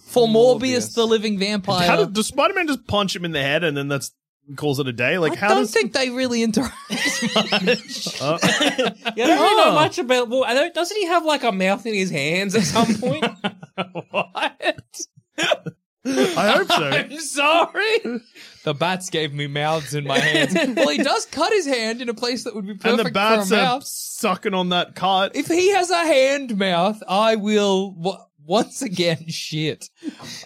[SPEAKER 3] for Morbius, the Living Vampire.
[SPEAKER 4] (laughs) how does, does Spider-Man just punch him in the head and then that's calls it a day? Like,
[SPEAKER 3] I
[SPEAKER 4] how
[SPEAKER 3] don't
[SPEAKER 4] does
[SPEAKER 3] think they really
[SPEAKER 4] (laughs)
[SPEAKER 3] interact much. (laughs)
[SPEAKER 4] uh,
[SPEAKER 2] yeah, I don't really
[SPEAKER 3] Oh.
[SPEAKER 2] know much about. Well, I don't, doesn't he have like a mouth in his hands at some
[SPEAKER 4] (laughs)
[SPEAKER 2] point?
[SPEAKER 3] what?
[SPEAKER 4] I
[SPEAKER 2] (laughs)
[SPEAKER 4] hope so.
[SPEAKER 3] I'm sorry. The bats gave me
[SPEAKER 2] (laughs)
[SPEAKER 3] mouths in my hands. well, he does cut his hand in a place that would be
[SPEAKER 4] And
[SPEAKER 3] perfect
[SPEAKER 4] the bats
[SPEAKER 3] for a
[SPEAKER 4] are
[SPEAKER 3] mouth.
[SPEAKER 4] sucking on that cart.
[SPEAKER 3] If he has a hand mouth, I will w- once again (laughs) shit.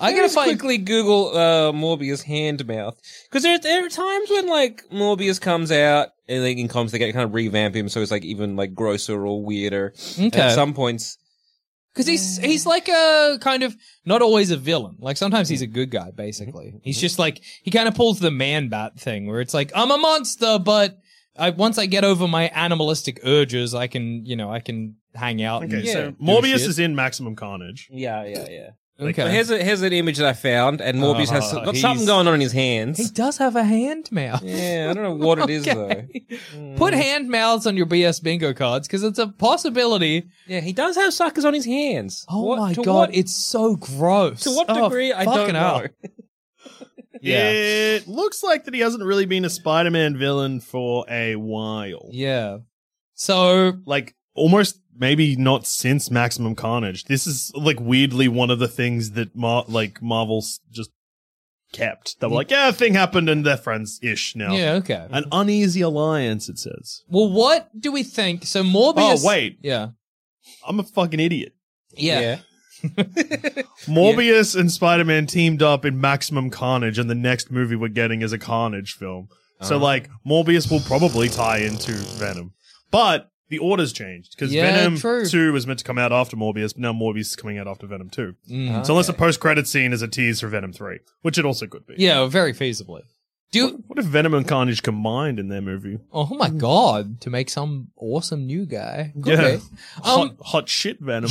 [SPEAKER 3] I'm gonna
[SPEAKER 2] Let's
[SPEAKER 3] find.
[SPEAKER 2] quickly Google uh, Morbius hand mouth because there, there are times when like Morbius comes out and like in comics they get kind of revamp him so it's like even like grosser or weirder. And
[SPEAKER 3] Okay.
[SPEAKER 2] at some points,
[SPEAKER 3] Because he's he's like a kind of not always a villain. Like sometimes he's a good guy. Basically, he's just like he kind of pulls the man bat thing, where it's like I'm a monster, but I, once I get over my animalistic urges, I can you know I can hang out.
[SPEAKER 4] Okay,
[SPEAKER 3] and
[SPEAKER 4] so
[SPEAKER 2] Yeah.
[SPEAKER 4] Morbius
[SPEAKER 3] shit.
[SPEAKER 4] is in Maximum Carnage.
[SPEAKER 2] yeah, yeah, yeah.
[SPEAKER 3] okay.
[SPEAKER 2] But here's a, here's an image that I found, and Morbius has
[SPEAKER 4] Oh,
[SPEAKER 2] got
[SPEAKER 4] he's-
[SPEAKER 2] something going on in his
[SPEAKER 3] he
[SPEAKER 2] hands.
[SPEAKER 3] does have a hand mouth.
[SPEAKER 2] Yeah, I don't know what it is
[SPEAKER 3] (laughs)
[SPEAKER 2] though. Hmm. Mm.
[SPEAKER 3] Put hand mouths on your BS bingo cards because it's a possibility.
[SPEAKER 2] Yeah, he does have suckers on his hands.
[SPEAKER 3] Oh
[SPEAKER 2] What-
[SPEAKER 3] my
[SPEAKER 2] to
[SPEAKER 3] god,
[SPEAKER 2] what-
[SPEAKER 3] it's so gross.
[SPEAKER 2] to what
[SPEAKER 3] Oh,
[SPEAKER 2] degree I don't
[SPEAKER 3] fucking hell.
[SPEAKER 2] know.
[SPEAKER 3] Yeah.
[SPEAKER 4] It looks like that he hasn't really been a Spider-Man villain for a while.
[SPEAKER 3] Yeah. So
[SPEAKER 4] Like almost maybe not since Maximum Carnage. This is like weirdly one of the things that Mar- like Marvel's just kept. They were like, yeah, a thing happened and they're friends ish now.
[SPEAKER 3] Yeah, okay.
[SPEAKER 4] An uneasy alliance, it says.
[SPEAKER 3] Well, what do we think? So Morbius.
[SPEAKER 4] Oh, wait.
[SPEAKER 3] Yeah.
[SPEAKER 4] I'm a fucking idiot.
[SPEAKER 3] Yeah.
[SPEAKER 4] Morbius and Spider Man teamed up in Maximum Carnage, and the next movie we're getting is a Carnage film. So, like, Morbius will probably tie into Venom. But the order's changed because
[SPEAKER 3] Yeah,
[SPEAKER 4] Venom
[SPEAKER 3] true.
[SPEAKER 4] 2 was meant to come out after Morbius, but now Morbius is coming out after Venom 2.
[SPEAKER 3] Mm.
[SPEAKER 4] So, unless a post credit scene is a tease for Venom 3, which it also could be.
[SPEAKER 3] Yeah, very feasibly. Do
[SPEAKER 4] What if Venom and Carnage combined in their movie?
[SPEAKER 3] oh my god to make some awesome new guy. Could
[SPEAKER 4] Yeah.
[SPEAKER 3] be.
[SPEAKER 4] (laughs) Hot,
[SPEAKER 3] Um, (laughs)
[SPEAKER 4] hot shit Venom.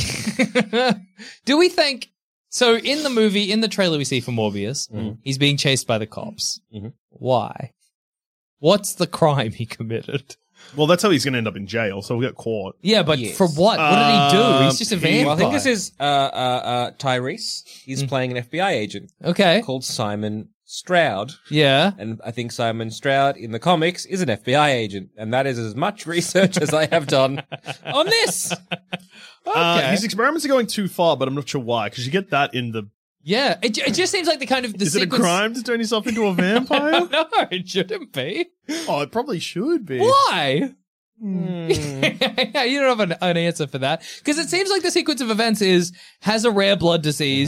[SPEAKER 3] do we think so? In the movie, in the trailer we see for Morbius,
[SPEAKER 4] Mm-hmm.
[SPEAKER 2] Mhm.
[SPEAKER 3] he's being chased by the cops.
[SPEAKER 2] Mhm.
[SPEAKER 3] Why? What's the crime he committed?
[SPEAKER 4] well, that's how he's going to end up in jail. So, we got caught.
[SPEAKER 3] Yeah, but
[SPEAKER 2] Yes.
[SPEAKER 3] for what? What did he do?
[SPEAKER 4] Um,
[SPEAKER 3] He's just a
[SPEAKER 4] he-
[SPEAKER 3] vampire.
[SPEAKER 2] Well, I think this is uh, uh, uh, Tyrese.
[SPEAKER 3] Hmm.
[SPEAKER 2] He's playing an FBI agent
[SPEAKER 3] okay.
[SPEAKER 2] called Simon Stroud,
[SPEAKER 4] (laughs)
[SPEAKER 3] Yeah.
[SPEAKER 2] and I think Simon Stroud in the comics is an FBI agent, and that is as much (laughs) research as I have done on this.
[SPEAKER 4] Uh,
[SPEAKER 3] Okay.
[SPEAKER 4] his experiments are going too far, but I'm not sure why because you get that in the
[SPEAKER 3] yeah. It, ju- it just seems like the kind of the
[SPEAKER 4] Is
[SPEAKER 3] sequence.
[SPEAKER 4] it a crime to turn yourself into a vampire?
[SPEAKER 3] (laughs) No, it shouldn't be.
[SPEAKER 4] (laughs) oh, it probably should be.
[SPEAKER 3] Why? (laughs)
[SPEAKER 4] Hmm.
[SPEAKER 3] you don't have an, an answer for that because it seems like the sequence of events is has a rare blood disease,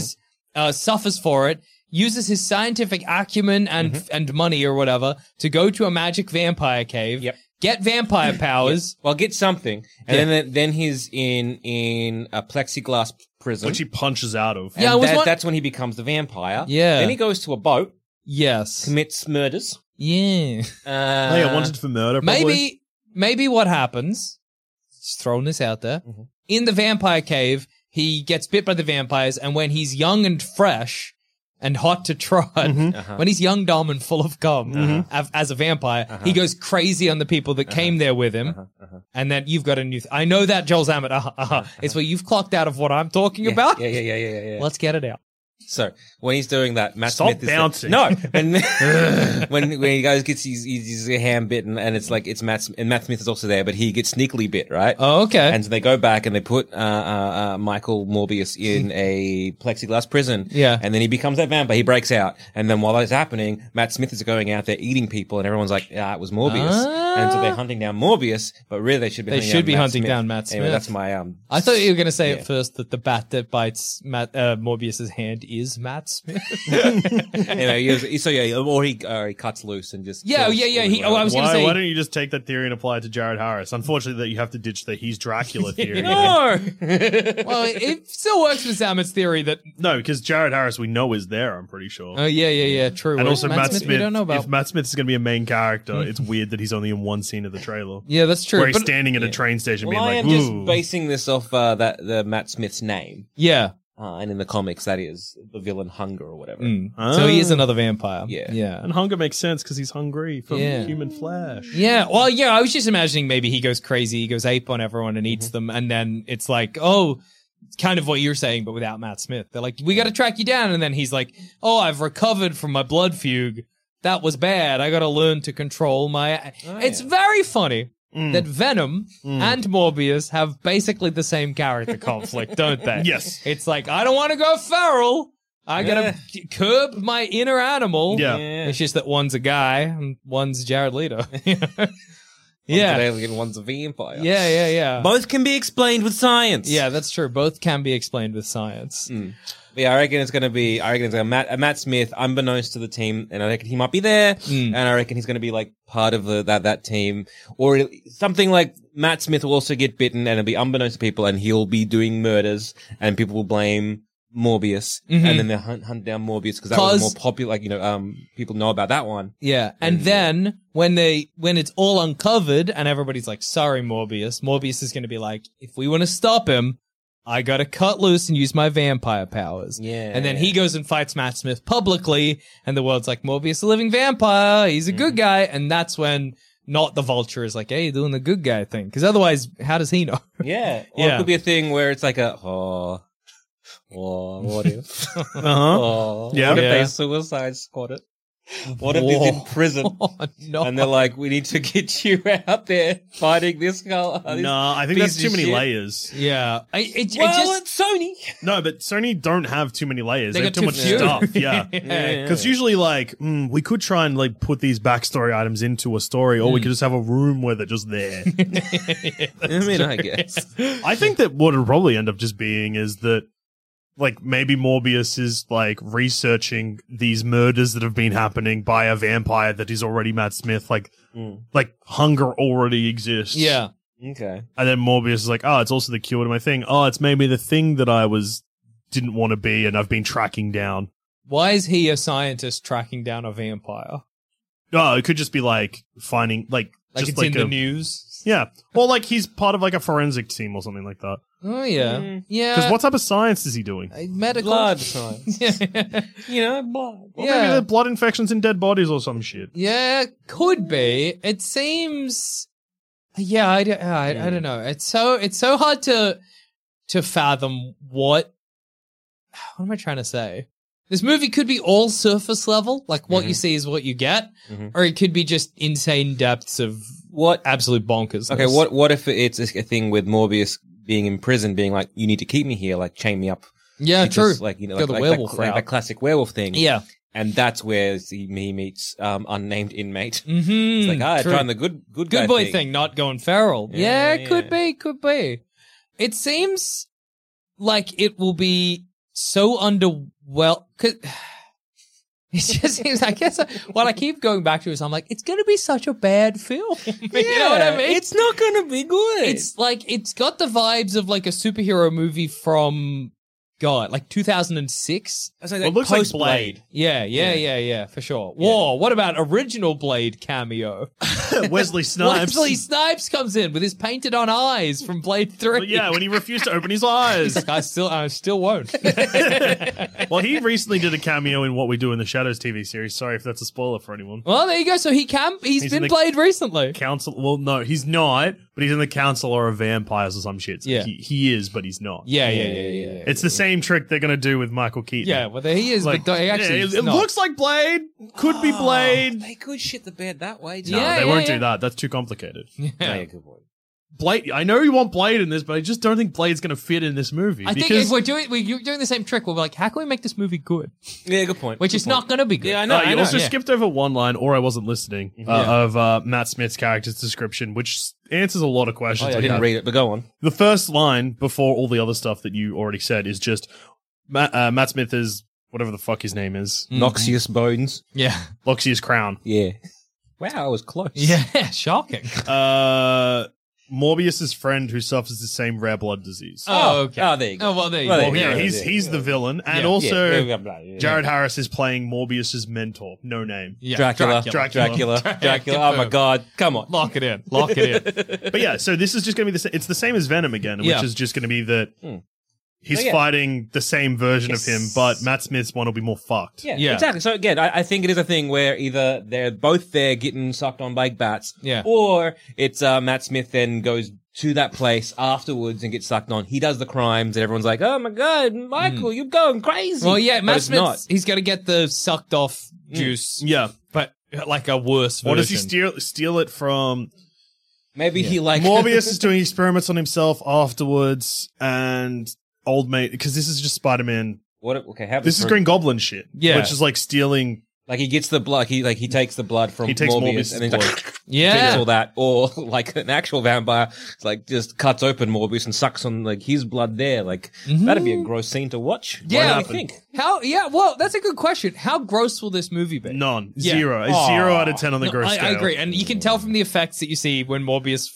[SPEAKER 4] Mm-hmm.
[SPEAKER 3] uh, suffers for it, uses his scientific acumen and
[SPEAKER 4] Mm-hmm.
[SPEAKER 3] and money or whatever to go to a magic vampire cave,
[SPEAKER 2] Yep.
[SPEAKER 3] get
[SPEAKER 4] (clears throat)
[SPEAKER 3] vampire powers.
[SPEAKER 2] Well, get something, and then then he's in in a plexiglass prison.
[SPEAKER 4] Which he punches out of.
[SPEAKER 2] and
[SPEAKER 3] Yeah, I was
[SPEAKER 2] that-
[SPEAKER 3] won-
[SPEAKER 2] that's when he becomes the vampire.
[SPEAKER 3] Yeah.
[SPEAKER 2] Then he goes to a boat,
[SPEAKER 3] Yes.
[SPEAKER 2] commits murders.
[SPEAKER 3] Yeah.
[SPEAKER 2] Uh,
[SPEAKER 4] Hey, I wanted for murder. Probably.
[SPEAKER 3] Maybe maybe what happens? Just throwing this out there.
[SPEAKER 2] Mm-hmm.
[SPEAKER 3] In the vampire cave, he gets bit by the vampires, and when he's young and fresh and hot to trot,
[SPEAKER 2] Mm-hmm. uh-huh.
[SPEAKER 3] when he's young, dumb, and full of cum av- as a vampire,
[SPEAKER 2] Uh-huh.
[SPEAKER 3] he goes crazy on the people that came there with him. And then you've got a new. Th- I know that Joel Zammett. Uh-huh, uh-huh. It's where you've clocked out of what I'm talking
[SPEAKER 2] yeah,
[SPEAKER 3] about.
[SPEAKER 2] Yeah, yeah, yeah, yeah, yeah. yeah.
[SPEAKER 3] Let's get it out.
[SPEAKER 2] So when he's doing that, Matt
[SPEAKER 4] Stop
[SPEAKER 2] Smith is
[SPEAKER 3] (laughs)
[SPEAKER 4] bouncing.
[SPEAKER 2] Like, no, and (laughs) when when he goes gets his, his, his hand bitten, and it's like it's Matt Sm- and Matt Smith is also there, but he gets sneakily bit, right?
[SPEAKER 3] Oh, okay.
[SPEAKER 2] And so they go back and they put uh, uh, uh, Michael Morbius in
[SPEAKER 3] (laughs)
[SPEAKER 2] a plexiglass prison.
[SPEAKER 3] Yeah.
[SPEAKER 2] And then he becomes that vampire. He breaks out. And then while that's happening, Matt Smith is going out there eating people, and everyone's like, ah, it was Morbius. And so they're hunting down Morbius, but really they should be
[SPEAKER 3] Ah. They
[SPEAKER 2] hunting down
[SPEAKER 3] should be
[SPEAKER 2] Matt
[SPEAKER 3] hunting
[SPEAKER 2] Smith.
[SPEAKER 3] down Matt
[SPEAKER 2] Anyway,
[SPEAKER 3] Smith.
[SPEAKER 2] that's my.
[SPEAKER 3] (laughs)
[SPEAKER 2] um.
[SPEAKER 3] I thought you were going to say
[SPEAKER 2] Yeah.
[SPEAKER 3] at first that the bat that bites Matt, uh, Morbius's hand is Matt Smith.
[SPEAKER 2] anyway, he was- so yeah, or he, or he cuts loose and just.
[SPEAKER 3] Yeah,
[SPEAKER 2] kills
[SPEAKER 3] yeah, yeah,
[SPEAKER 2] all the
[SPEAKER 3] he- oh, I was gonna
[SPEAKER 4] why,
[SPEAKER 3] say-
[SPEAKER 4] why don't you just take that theory and apply it to Jared Harris? Unfortunately, that you have to ditch the
[SPEAKER 3] (laughs)
[SPEAKER 4] he's Dracula theory.
[SPEAKER 2] No.
[SPEAKER 3] well, it, it still works with Zammett's theory that.
[SPEAKER 4] No, because Jared Harris we know is there. I'm pretty sure.
[SPEAKER 3] Oh yeah, yeah, yeah. True.
[SPEAKER 4] and
[SPEAKER 3] Whereas
[SPEAKER 4] also, Matt, Smith.
[SPEAKER 3] we don't know about.
[SPEAKER 4] If Matt Smith is going to be a main character, it's weird that he's only in one scene of the trailer,
[SPEAKER 3] yeah, that's true.
[SPEAKER 4] where he's
[SPEAKER 3] but-
[SPEAKER 4] standing at a train station
[SPEAKER 2] Well, I
[SPEAKER 4] being
[SPEAKER 2] am
[SPEAKER 4] like,
[SPEAKER 2] just
[SPEAKER 4] "Ooh."
[SPEAKER 2] basing this off uh, that the Matt Smith's name,
[SPEAKER 3] yeah.
[SPEAKER 2] uh, and in the comics that is the villain Hunger or whatever.
[SPEAKER 3] Mm.
[SPEAKER 4] Ah.
[SPEAKER 3] So he is another vampire.
[SPEAKER 2] Yeah.
[SPEAKER 3] Yeah.
[SPEAKER 4] And hunger makes sense because he's hungry from
[SPEAKER 3] Yeah.
[SPEAKER 4] human flesh.
[SPEAKER 3] Yeah. Well, yeah. I was just imagining maybe he goes crazy, he goes ape on everyone and eats them, and then it's like, oh, it's kind of what you're saying, but without Matt Smith. They're like, we got to track you down, and then he's like, oh, I've recovered from my blood fugue. That was bad. I got to learn to control my.
[SPEAKER 2] Oh,
[SPEAKER 3] it's
[SPEAKER 2] yeah.
[SPEAKER 3] very funny
[SPEAKER 4] Mm.
[SPEAKER 3] that Venom and Morbius have basically the same character conflict, don't
[SPEAKER 4] (laughs)
[SPEAKER 3] they? (laughs)
[SPEAKER 4] Yes.
[SPEAKER 3] It's like I don't want to go feral. I gotta curb my inner animal.
[SPEAKER 4] Yeah.
[SPEAKER 3] It's just that one's a guy and one's Jared Leto. (laughs) yeah.
[SPEAKER 2] One's an
[SPEAKER 3] Yeah,
[SPEAKER 2] alien, one's a vampire.
[SPEAKER 3] yeah, yeah.
[SPEAKER 2] Both can be explained with science.
[SPEAKER 3] yeah, that's true. Both can be explained with science.
[SPEAKER 2] But yeah, I reckon it's going to be. I reckon it's going to Matt, uh, Matt Smith, unbeknownst to the team, and I reckon he might be there,
[SPEAKER 3] Mm.
[SPEAKER 2] and I reckon he's going to be like part of the, that that team, or it- something like Matt Smith will also get bitten, and it'll be unbeknownst to people, and he'll be doing murders, and people will blame Morbius, and then they'll hunt, hunt down Morbius because that was
[SPEAKER 3] Mm-hmm. Cause-
[SPEAKER 2] more popular. Like you know, um, people know about that one.
[SPEAKER 3] Yeah. And then when they when it's all uncovered and everybody's like, sorry, Morbius, Morbius is gonna be like, if we wanna stop him, I gotta cut loose and use my vampire powers.
[SPEAKER 2] Yeah.
[SPEAKER 3] And then (laughs) he goes and fights Matt Smith publicly, and the world's like, Morbius a living vampire, he's a
[SPEAKER 4] Mm.
[SPEAKER 3] good guy, and that's when not the vulture is like, hey, you're doing the good guy thing. Because otherwise, how does he (laughs) know?
[SPEAKER 2] Yeah, or
[SPEAKER 3] Yeah.
[SPEAKER 2] it could be a thing where it's like a oh, oh, what if?
[SPEAKER 4] Uh huh.
[SPEAKER 2] Oh,
[SPEAKER 3] (laughs)
[SPEAKER 4] Yeah.
[SPEAKER 2] what if
[SPEAKER 3] Yeah.
[SPEAKER 2] they suicide squad it? One of these in prison.
[SPEAKER 3] (laughs) Oh, no.
[SPEAKER 2] And they're like, we need to get you out there fighting this guy. this-
[SPEAKER 4] no, I think
[SPEAKER 2] piece
[SPEAKER 4] that's
[SPEAKER 2] of
[SPEAKER 4] too many
[SPEAKER 2] shit.
[SPEAKER 4] layers.
[SPEAKER 3] yeah. I, it, it
[SPEAKER 2] Well,
[SPEAKER 3] just,
[SPEAKER 2] it's Sony.
[SPEAKER 4] No, but Sony don't have too many layers. They,
[SPEAKER 3] They
[SPEAKER 4] have
[SPEAKER 3] got too
[SPEAKER 4] too much
[SPEAKER 3] few. (laughs)
[SPEAKER 4] stuff. Yeah.
[SPEAKER 3] Yeah.
[SPEAKER 4] Because usually, like, mm, we could try and like put these backstory items into a story,
[SPEAKER 3] Mm.
[SPEAKER 4] or we could just have a room where they're just there.
[SPEAKER 3] (laughs)
[SPEAKER 2] I mean, I guess.
[SPEAKER 4] I think that what it'll probably end up just being is that, like, maybe Morbius is like researching these murders that have been happening by a vampire that is already Matt Smith. Like,
[SPEAKER 2] Mm.
[SPEAKER 4] like hunger already exists.
[SPEAKER 3] yeah.
[SPEAKER 2] Okay.
[SPEAKER 4] And then Morbius is like, oh, it's also the cure to my thing. Oh, it's made me the thing that I was didn't want to be, and I've been tracking down.
[SPEAKER 3] Why is he a scientist tracking down a vampire?
[SPEAKER 4] No, Ah, it could just be like finding like
[SPEAKER 3] Like
[SPEAKER 4] just
[SPEAKER 3] it's
[SPEAKER 4] like
[SPEAKER 3] in
[SPEAKER 4] a,
[SPEAKER 3] the news.
[SPEAKER 4] yeah, or like he's part of like a forensic team or something like that.
[SPEAKER 3] Oh yeah,
[SPEAKER 2] Mm.
[SPEAKER 3] yeah.
[SPEAKER 4] Because what type of science is he doing?
[SPEAKER 3] Uh, medical (laughs)
[SPEAKER 2] Blood science.
[SPEAKER 3] yeah.
[SPEAKER 2] You know, blood.
[SPEAKER 4] Well, maybe
[SPEAKER 3] yeah.
[SPEAKER 4] they're blood infections in dead bodies or some shit.
[SPEAKER 3] Yeah, could be. It seems. Yeah, I don't. I, I
[SPEAKER 2] Hmm.
[SPEAKER 3] don't know. It's so. It's so hard to to fathom what. What am I trying to say? This movie could be all surface level, like what
[SPEAKER 2] Mm-hmm.
[SPEAKER 3] you see is what you get,
[SPEAKER 2] Mhm.
[SPEAKER 3] or it could be just insane depths of
[SPEAKER 2] What?
[SPEAKER 3] absolute bonkers.
[SPEAKER 2] Okay, what What if it's a thing with Morbius being in prison, being like, you need to keep me here, like, chain me up?
[SPEAKER 3] Yeah, true.
[SPEAKER 2] Because, Like, you know,
[SPEAKER 3] Go
[SPEAKER 2] like,
[SPEAKER 3] the
[SPEAKER 2] like,
[SPEAKER 3] werewolf
[SPEAKER 2] like, like
[SPEAKER 3] route.
[SPEAKER 2] that classic werewolf thing.
[SPEAKER 3] yeah.
[SPEAKER 2] And that's where he, he meets um, unnamed inmate. (laughs)
[SPEAKER 3] hmm
[SPEAKER 2] It's like, ah,
[SPEAKER 3] true.
[SPEAKER 2] trying the good, good,
[SPEAKER 3] good
[SPEAKER 2] guy
[SPEAKER 3] boy thing. not going feral.
[SPEAKER 2] Yeah,
[SPEAKER 3] Yeah,
[SPEAKER 2] yeah,
[SPEAKER 3] could
[SPEAKER 2] yeah.
[SPEAKER 3] be, could be. It seems like it will be so underwhelmed. (sighs) It just seems, I guess, (laughs) what I keep going back to is I'm like, it's going to be such a bad film. (laughs) you know what I
[SPEAKER 2] Yeah,
[SPEAKER 3] mean?
[SPEAKER 2] It's not going to be good.
[SPEAKER 3] It's like it's got the vibes of like a superhero movie from God, like 2006.
[SPEAKER 2] I was like,
[SPEAKER 4] Well, it looks like Blade.
[SPEAKER 3] Yeah, yeah, yeah, yeah, for sure. Whoa, what about original Blade cameo?
[SPEAKER 4] (laughs) Wesley Snipes.
[SPEAKER 3] Wesley Snipes comes in with his painted on eyes from Blade
[SPEAKER 4] But
[SPEAKER 3] Three.
[SPEAKER 4] yeah, when he refused to open
[SPEAKER 3] (laughs)
[SPEAKER 4] his eyes.
[SPEAKER 3] I still, I still won't. (laughs)
[SPEAKER 4] well, he recently did a cameo in What We Do in the Shadows TV series. Sorry if that's a spoiler for anyone.
[SPEAKER 3] well, there you go. So he can.
[SPEAKER 4] He's
[SPEAKER 3] he's
[SPEAKER 4] in
[SPEAKER 3] been
[SPEAKER 4] the-
[SPEAKER 3] Blade recently.
[SPEAKER 4] Council. Well, no, he's not, but he's in the Council or of Vampires or some shit. So
[SPEAKER 3] Yeah.
[SPEAKER 4] he, he is, but he's not.
[SPEAKER 3] Yeah, yeah, yeah, yeah. yeah.
[SPEAKER 4] It's the same trick they're going to do with Michael Keaton.
[SPEAKER 3] Yeah, well, there he is.
[SPEAKER 4] Like,
[SPEAKER 3] but don't- he actually,
[SPEAKER 4] yeah, it,
[SPEAKER 3] is
[SPEAKER 4] it
[SPEAKER 3] not. Ah.
[SPEAKER 4] looks like Blade. Could be Blade.
[SPEAKER 2] Oh, They could shit the bed that way.
[SPEAKER 3] Yeah,
[SPEAKER 4] no, they won't
[SPEAKER 3] yeah.
[SPEAKER 4] do that. That's too complicated.
[SPEAKER 2] Yeah,
[SPEAKER 3] Yeah.
[SPEAKER 2] good point.
[SPEAKER 4] Blade. I know you want Blade in this, but I just don't think Blade's going to fit in this movie.
[SPEAKER 3] I think
[SPEAKER 4] because
[SPEAKER 3] if we're doing, we're doing the same trick. We're like, how can we make this movie good?
[SPEAKER 2] Yeah, good point.
[SPEAKER 3] Which
[SPEAKER 2] Good
[SPEAKER 3] is not
[SPEAKER 2] point. Oh,
[SPEAKER 3] going to be good.
[SPEAKER 2] Yeah, I know.
[SPEAKER 4] Uh,
[SPEAKER 2] I
[SPEAKER 4] you
[SPEAKER 2] know.
[SPEAKER 4] also
[SPEAKER 3] yeah.
[SPEAKER 4] skipped over one line, or I wasn't listening, uh, of uh, Matt Smith's character's description, which s- answers a lot of
[SPEAKER 2] Oh,
[SPEAKER 4] questions.
[SPEAKER 2] yeah, I
[SPEAKER 4] we
[SPEAKER 2] didn't
[SPEAKER 4] had.
[SPEAKER 2] read it, but go on.
[SPEAKER 3] Mm-hmm.
[SPEAKER 4] The first line before all the other stuff that you already said is just Matt, uh, Matt Smith is whatever the fuck his name is,
[SPEAKER 3] Mm.
[SPEAKER 2] Noxious bones.
[SPEAKER 4] (laughs)
[SPEAKER 3] Yeah,
[SPEAKER 4] Loxia's crown.
[SPEAKER 2] Yeah. Wow, I was close.
[SPEAKER 3] yeah, (laughs) shocking.
[SPEAKER 4] Uh, Morbius's friend who suffers the same rare blood disease.
[SPEAKER 3] Oh, okay.
[SPEAKER 2] Oh, there you go.
[SPEAKER 3] Oh well, there you
[SPEAKER 2] Well,
[SPEAKER 3] go.
[SPEAKER 4] Well,
[SPEAKER 2] yeah,
[SPEAKER 4] yeah,
[SPEAKER 2] yeah,
[SPEAKER 4] he's
[SPEAKER 2] yeah,
[SPEAKER 4] he's
[SPEAKER 2] yeah.
[SPEAKER 4] the villain, and
[SPEAKER 3] Yeah.
[SPEAKER 4] also
[SPEAKER 2] Yeah, blah, blah, yeah.
[SPEAKER 4] Jared Harris is playing Morbius's mentor, no name.
[SPEAKER 3] Yeah,
[SPEAKER 2] Dracula. Dracula.
[SPEAKER 3] Dracula.
[SPEAKER 2] Dracula. (laughs) Dracula. Oh my god. Come on.
[SPEAKER 3] Lock it in. Lock
[SPEAKER 4] (laughs)
[SPEAKER 3] it in.
[SPEAKER 2] (laughs)
[SPEAKER 4] But yeah, so this is just going to be the same. It's the same as Venom again,
[SPEAKER 3] Yeah.
[SPEAKER 4] which is just going to be that
[SPEAKER 2] Hmm.
[SPEAKER 4] he's
[SPEAKER 2] Oh, yeah.
[SPEAKER 4] fighting the same version of him,
[SPEAKER 2] Yes.
[SPEAKER 4] but Matt Smith's one will be more fucked.
[SPEAKER 2] Yeah,
[SPEAKER 3] Yeah.
[SPEAKER 2] exactly. So again, I, I think it is a thing where either they're both there getting sucked on by bats,
[SPEAKER 3] Yeah.
[SPEAKER 2] or it's uh, Matt Smith then goes to that place afterwards and gets sucked on. He does the crimes, and everyone's like, "Oh my god, Michael, you're going crazy."
[SPEAKER 3] Well, yeah,
[SPEAKER 2] But
[SPEAKER 3] Matt
[SPEAKER 2] it's
[SPEAKER 3] Smith.
[SPEAKER 2] not.
[SPEAKER 3] He's going to get the sucked off juice,
[SPEAKER 4] Mm. Yeah.
[SPEAKER 3] but like a worse version.
[SPEAKER 4] Or does he steal steal it from
[SPEAKER 2] Maybe he like
[SPEAKER 3] (laughs)
[SPEAKER 2] (laughs)
[SPEAKER 4] Morbius is doing experiments on himself afterwards and old mate because this is just Spider Man.
[SPEAKER 2] What? Okay, have
[SPEAKER 4] This
[SPEAKER 2] it
[SPEAKER 4] is
[SPEAKER 2] for-
[SPEAKER 4] Green Goblin shit.
[SPEAKER 3] Yeah.
[SPEAKER 4] Which is like stealing
[SPEAKER 2] Like he gets the blood. He like he takes the blood from
[SPEAKER 4] he takes
[SPEAKER 2] Morbius,
[SPEAKER 4] Morbius's
[SPEAKER 2] and then
[SPEAKER 4] blood.
[SPEAKER 2] like, takes
[SPEAKER 3] Yeah.
[SPEAKER 2] all that, or (laughs) like an actual vampire, it's like just cuts open Morbius and sucks on like his blood there. Like that'd be a gross scene to watch.
[SPEAKER 3] Mm-hmm. Yeah.
[SPEAKER 2] what
[SPEAKER 3] What
[SPEAKER 2] do you Mm. think?
[SPEAKER 3] How? Yeah. Well, that's a good question. How gross will this movie be?
[SPEAKER 4] none.
[SPEAKER 3] Yeah.
[SPEAKER 4] Zero. A zero out of ten on the
[SPEAKER 3] No, I,
[SPEAKER 4] gross
[SPEAKER 3] I
[SPEAKER 4] scale.
[SPEAKER 3] agree, and you can tell from the effects that you see when Morbius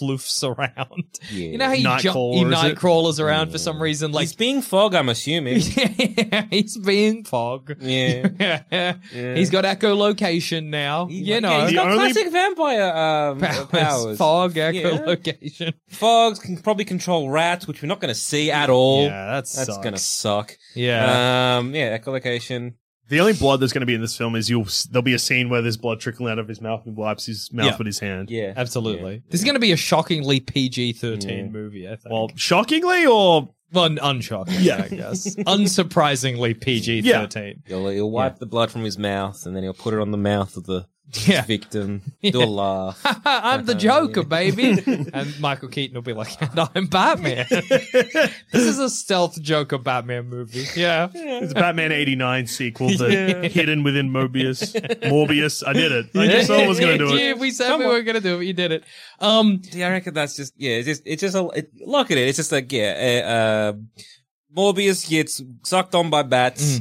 [SPEAKER 3] floofs around. (laughs)
[SPEAKER 2] Yeah.
[SPEAKER 3] You know how you jump,
[SPEAKER 4] Nightcrawler,
[SPEAKER 3] you
[SPEAKER 4] is it?
[SPEAKER 3] night crawlers around for some reason, like
[SPEAKER 2] He's being fog, I'm assuming.
[SPEAKER 3] (laughs) yeah, he's being fog.
[SPEAKER 2] (laughs)
[SPEAKER 3] (laughs)
[SPEAKER 2] yeah. (laughs)
[SPEAKER 3] He's got echolocation now. you know,
[SPEAKER 2] he's got
[SPEAKER 4] The only-
[SPEAKER 2] classic vampire um, powers. (laughs)
[SPEAKER 3] powers, fog,
[SPEAKER 2] Yeah. Uh,
[SPEAKER 3] echolocation.
[SPEAKER 2] Fogs can probably control rats, which we're not going to see at all.
[SPEAKER 4] Yeah, that
[SPEAKER 2] That's
[SPEAKER 4] sucks.
[SPEAKER 2] going to suck.
[SPEAKER 3] Yeah.
[SPEAKER 2] Um, yeah, echolocation.
[SPEAKER 4] The only blood that's going to be in this film is you'll s- there'll be a scene where there's blood trickling out of his mouth and he wipes his mouth
[SPEAKER 3] Yeah.
[SPEAKER 4] with his hand.
[SPEAKER 2] Yeah.
[SPEAKER 3] Absolutely. This is going to be a shockingly PG 13
[SPEAKER 2] Yeah.
[SPEAKER 3] movie, I think.
[SPEAKER 4] Well, shockingly or
[SPEAKER 3] Well, un- unshocking,
[SPEAKER 4] Yeah.
[SPEAKER 3] I guess. Unsurprisingly PG 13.
[SPEAKER 2] He'll, he'll wipe the blood from his mouth and then he'll put it on the mouth of the
[SPEAKER 3] Yeah.
[SPEAKER 2] victim. (laughs) Do a laugh.
[SPEAKER 3] (laughs) I'm the Joker, baby. and Michael Keaton will be like, (laughs) and I'm
[SPEAKER 4] (laughs)
[SPEAKER 3] Batman. this is a stealth Joker Batman movie.
[SPEAKER 4] (laughs)
[SPEAKER 3] Yeah.
[SPEAKER 4] It's Batman 89 sequel
[SPEAKER 2] (laughs)
[SPEAKER 4] that hidden
[SPEAKER 3] (laughs)
[SPEAKER 4] within Mobius. Morbius. I did it. I
[SPEAKER 3] Yeah,
[SPEAKER 4] knew someone was going to do
[SPEAKER 3] (laughs) yeah,
[SPEAKER 4] it.
[SPEAKER 3] we said we were going to do it. You did it. Um,
[SPEAKER 2] Yeah, I reckon that's just yeah. It's just it's just a it, look at it. It's just like yeah. Uh, uh, Morbius gets sucked on by bats.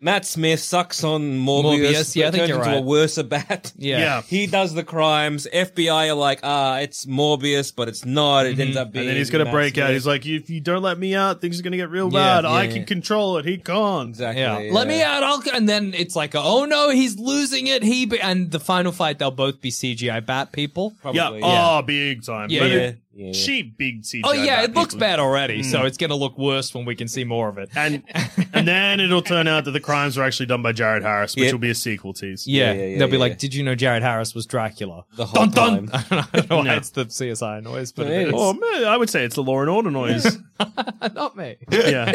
[SPEAKER 2] Matt Smith sucks on Morbius.
[SPEAKER 3] Mm. Morbius, yeah, I think
[SPEAKER 2] turns
[SPEAKER 3] you're
[SPEAKER 2] into a
[SPEAKER 3] right.
[SPEAKER 2] worse bat.
[SPEAKER 3] (laughs) yeah.
[SPEAKER 4] Yeah.
[SPEAKER 2] He does the crimes. FBI are like, ah, it's Morbius, but it's not.
[SPEAKER 3] Mm-hmm.
[SPEAKER 2] It ends up being.
[SPEAKER 4] And then he's going to
[SPEAKER 2] Matt
[SPEAKER 4] break out.
[SPEAKER 2] Smith.
[SPEAKER 4] He's like, if you don't let me out, things are going to get real
[SPEAKER 3] Yeah,
[SPEAKER 4] bad. I
[SPEAKER 2] yeah,
[SPEAKER 4] can
[SPEAKER 2] yeah.
[SPEAKER 4] control it. He can't.
[SPEAKER 2] exactly.
[SPEAKER 3] Yeah. Let me out. I'll, and then it's like, oh no, he's losing it. He be, and the final fight, they'll both be CGI bat people.
[SPEAKER 4] Yeah.
[SPEAKER 2] Probably,
[SPEAKER 4] Oh, big time.
[SPEAKER 3] Yeah,
[SPEAKER 4] But
[SPEAKER 2] yeah.
[SPEAKER 4] it-
[SPEAKER 2] yeah.
[SPEAKER 4] Cheap big CGI.
[SPEAKER 3] Oh yeah,
[SPEAKER 4] bad
[SPEAKER 3] it looks
[SPEAKER 4] people.
[SPEAKER 3] bad already,
[SPEAKER 4] Mm.
[SPEAKER 3] so it's gonna look worse when we can see more of it. (laughs)
[SPEAKER 4] And and then it'll turn out that the crimes were actually done by Jared Harris, which
[SPEAKER 2] Yeah.
[SPEAKER 4] will be a sequel tease.
[SPEAKER 3] Yeah,
[SPEAKER 2] yeah, yeah,
[SPEAKER 3] they'll be
[SPEAKER 2] yeah.
[SPEAKER 3] like, "Did you know Jared Harris was Dracula?" (laughs)
[SPEAKER 2] The whole
[SPEAKER 3] dun.
[SPEAKER 2] time.
[SPEAKER 3] I don't know- I don't know why
[SPEAKER 4] No.
[SPEAKER 3] it's the CSI noise, but
[SPEAKER 2] No,
[SPEAKER 3] it
[SPEAKER 2] it
[SPEAKER 3] is.
[SPEAKER 4] Oh man, I would say it's the Law and
[SPEAKER 3] (laughs)
[SPEAKER 4] Order noise.
[SPEAKER 3] not me.
[SPEAKER 4] yeah.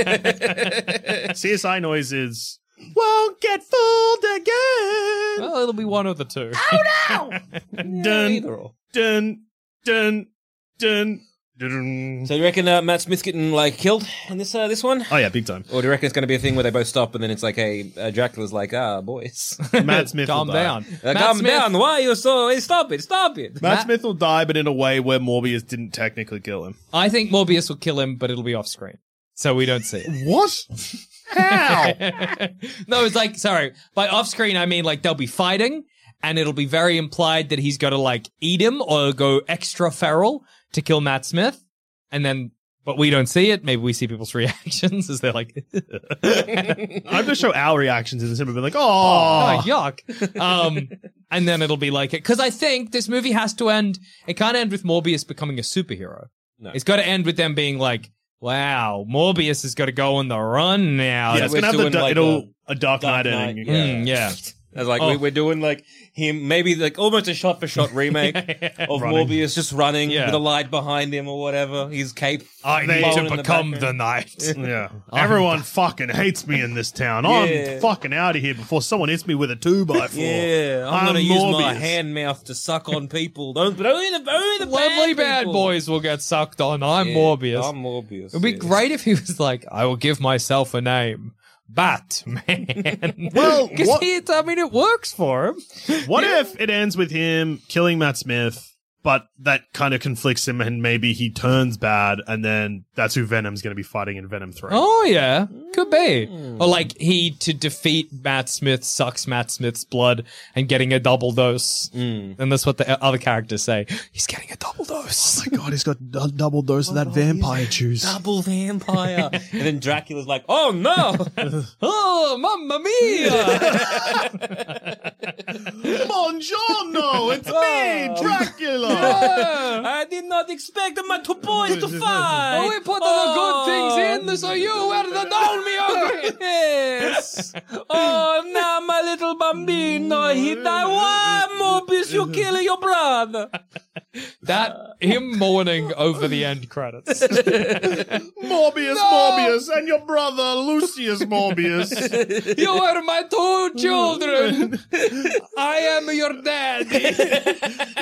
[SPEAKER 4] CSI noise is won't get fooled again.
[SPEAKER 3] Well, it'll be one of the
[SPEAKER 4] (laughs)
[SPEAKER 3] two.
[SPEAKER 4] dun,
[SPEAKER 2] Either or.
[SPEAKER 4] dun, dun, dun, dun.
[SPEAKER 2] So do you reckon uh, Matt Smith getting like killed in this uh, this one?
[SPEAKER 4] Oh yeah, big time.
[SPEAKER 2] Or do you reckon it's going to be a thing where they both stop and then it's like, hey, uh, Dracula's like, ah, boys, (laughs)
[SPEAKER 4] Matt Smith
[SPEAKER 3] Calm
[SPEAKER 4] will die.
[SPEAKER 3] down.
[SPEAKER 2] Uh,
[SPEAKER 3] Matt
[SPEAKER 2] calm
[SPEAKER 3] Smith-
[SPEAKER 2] down. Why are you so? hey, Stop it! Stop it!
[SPEAKER 4] Matt,
[SPEAKER 2] (laughs)
[SPEAKER 3] Matt-
[SPEAKER 4] Smith will die, but in a way where Morbius didn't technically kill him.
[SPEAKER 3] I think Morbius will kill him, but it'll be off screen, so we don't see it.
[SPEAKER 4] What? (laughs) How?
[SPEAKER 3] (laughs) no, it's like sorry. By off screen, I mean like they'll be fighting, and it'll be very implied that he's got to like eat him or go extra feral to kill Matt Smith, and then. But we don't see it. Maybe we see people's (laughs) reactions as they're like,
[SPEAKER 4] I'm just show our reactions in the cinema, be like, (laughs)
[SPEAKER 3] oh,
[SPEAKER 4] oh,
[SPEAKER 3] yuck. Um, and then it'll be like it. Because I think this movie has to end. It can't end with Morbius becoming a superhero.
[SPEAKER 2] No.
[SPEAKER 3] It's got to end with them being like, wow, Morbius has got to go on the run now.
[SPEAKER 4] yeah, it's gonna have the
[SPEAKER 2] doing
[SPEAKER 4] du-
[SPEAKER 2] like
[SPEAKER 4] it'll a Dark
[SPEAKER 2] Dark
[SPEAKER 4] Knight
[SPEAKER 2] Knight,
[SPEAKER 4] ending.
[SPEAKER 2] yeah.
[SPEAKER 3] Mm, yeah.
[SPEAKER 2] I was like,
[SPEAKER 3] Oh.
[SPEAKER 2] we, we're doing like him, maybe like almost a shot for
[SPEAKER 3] (laughs)
[SPEAKER 2] shot remake of
[SPEAKER 4] Running.
[SPEAKER 2] Morbius just running
[SPEAKER 3] Yeah.
[SPEAKER 2] with a light behind him or whatever. His cape.
[SPEAKER 4] I need
[SPEAKER 2] blowing
[SPEAKER 4] to
[SPEAKER 2] in the (laughs) background.
[SPEAKER 3] knight.
[SPEAKER 4] Yeah. Everyone fucking hates me in this town.
[SPEAKER 2] Yeah.
[SPEAKER 4] I'm fucking out of here before someone hits me with a two by
[SPEAKER 2] (laughs)
[SPEAKER 4] four.
[SPEAKER 2] Yeah, I'm,
[SPEAKER 4] I'm
[SPEAKER 2] gonna use my
[SPEAKER 4] Morbius.
[SPEAKER 2] hand mouth to suck on people. Don't, but only the, only the
[SPEAKER 3] Lovely bad
[SPEAKER 2] people.
[SPEAKER 3] boys will get sucked on. I'm
[SPEAKER 2] Yeah,
[SPEAKER 3] Morbius.
[SPEAKER 2] I'm Morbius.
[SPEAKER 3] It'd be
[SPEAKER 2] yeah.
[SPEAKER 3] great if he was like, I will give myself a name. Batman. (laughs)
[SPEAKER 4] Well,
[SPEAKER 3] because
[SPEAKER 4] what-
[SPEAKER 3] he, I mean, it works for him.
[SPEAKER 4] What if it ends with him killing Matt Smith, but that kind of conflicts him and maybe he turns bad and then that's who Venom's going to be fighting in Venom 3.
[SPEAKER 3] Oh yeah, could be. Or like he to defeat Matt Smith sucks Matt Smith's blood and getting a double dose. Mm. And that's what the other characters say. He's getting a double dose.
[SPEAKER 4] God, he's got a double dose of that vampire juice.
[SPEAKER 2] double
[SPEAKER 3] (laughs)
[SPEAKER 2] vampire. and then Dracula's like, oh no,
[SPEAKER 3] (laughs) oh, mamma mia!
[SPEAKER 4] Buongiorno,
[SPEAKER 2] (laughs)
[SPEAKER 4] it's
[SPEAKER 2] Oh.
[SPEAKER 4] me, Dracula.
[SPEAKER 3] oh,
[SPEAKER 2] I did not expect my two boys
[SPEAKER 3] (laughs)
[SPEAKER 2] to fight.
[SPEAKER 3] we Oh, put
[SPEAKER 2] Oh.
[SPEAKER 3] the good things in, so you were the dolmio.
[SPEAKER 2] Yes. Oh, now my little bambino, he died. Why, Morbius, you kill your brother?
[SPEAKER 3] that him mourning over the end credits.
[SPEAKER 4] Morbius,
[SPEAKER 3] No.
[SPEAKER 4] Morbius, and your brother, Lucius Morbius.
[SPEAKER 3] you are my two children.
[SPEAKER 2] Mm.
[SPEAKER 3] (laughs) I am your daddy.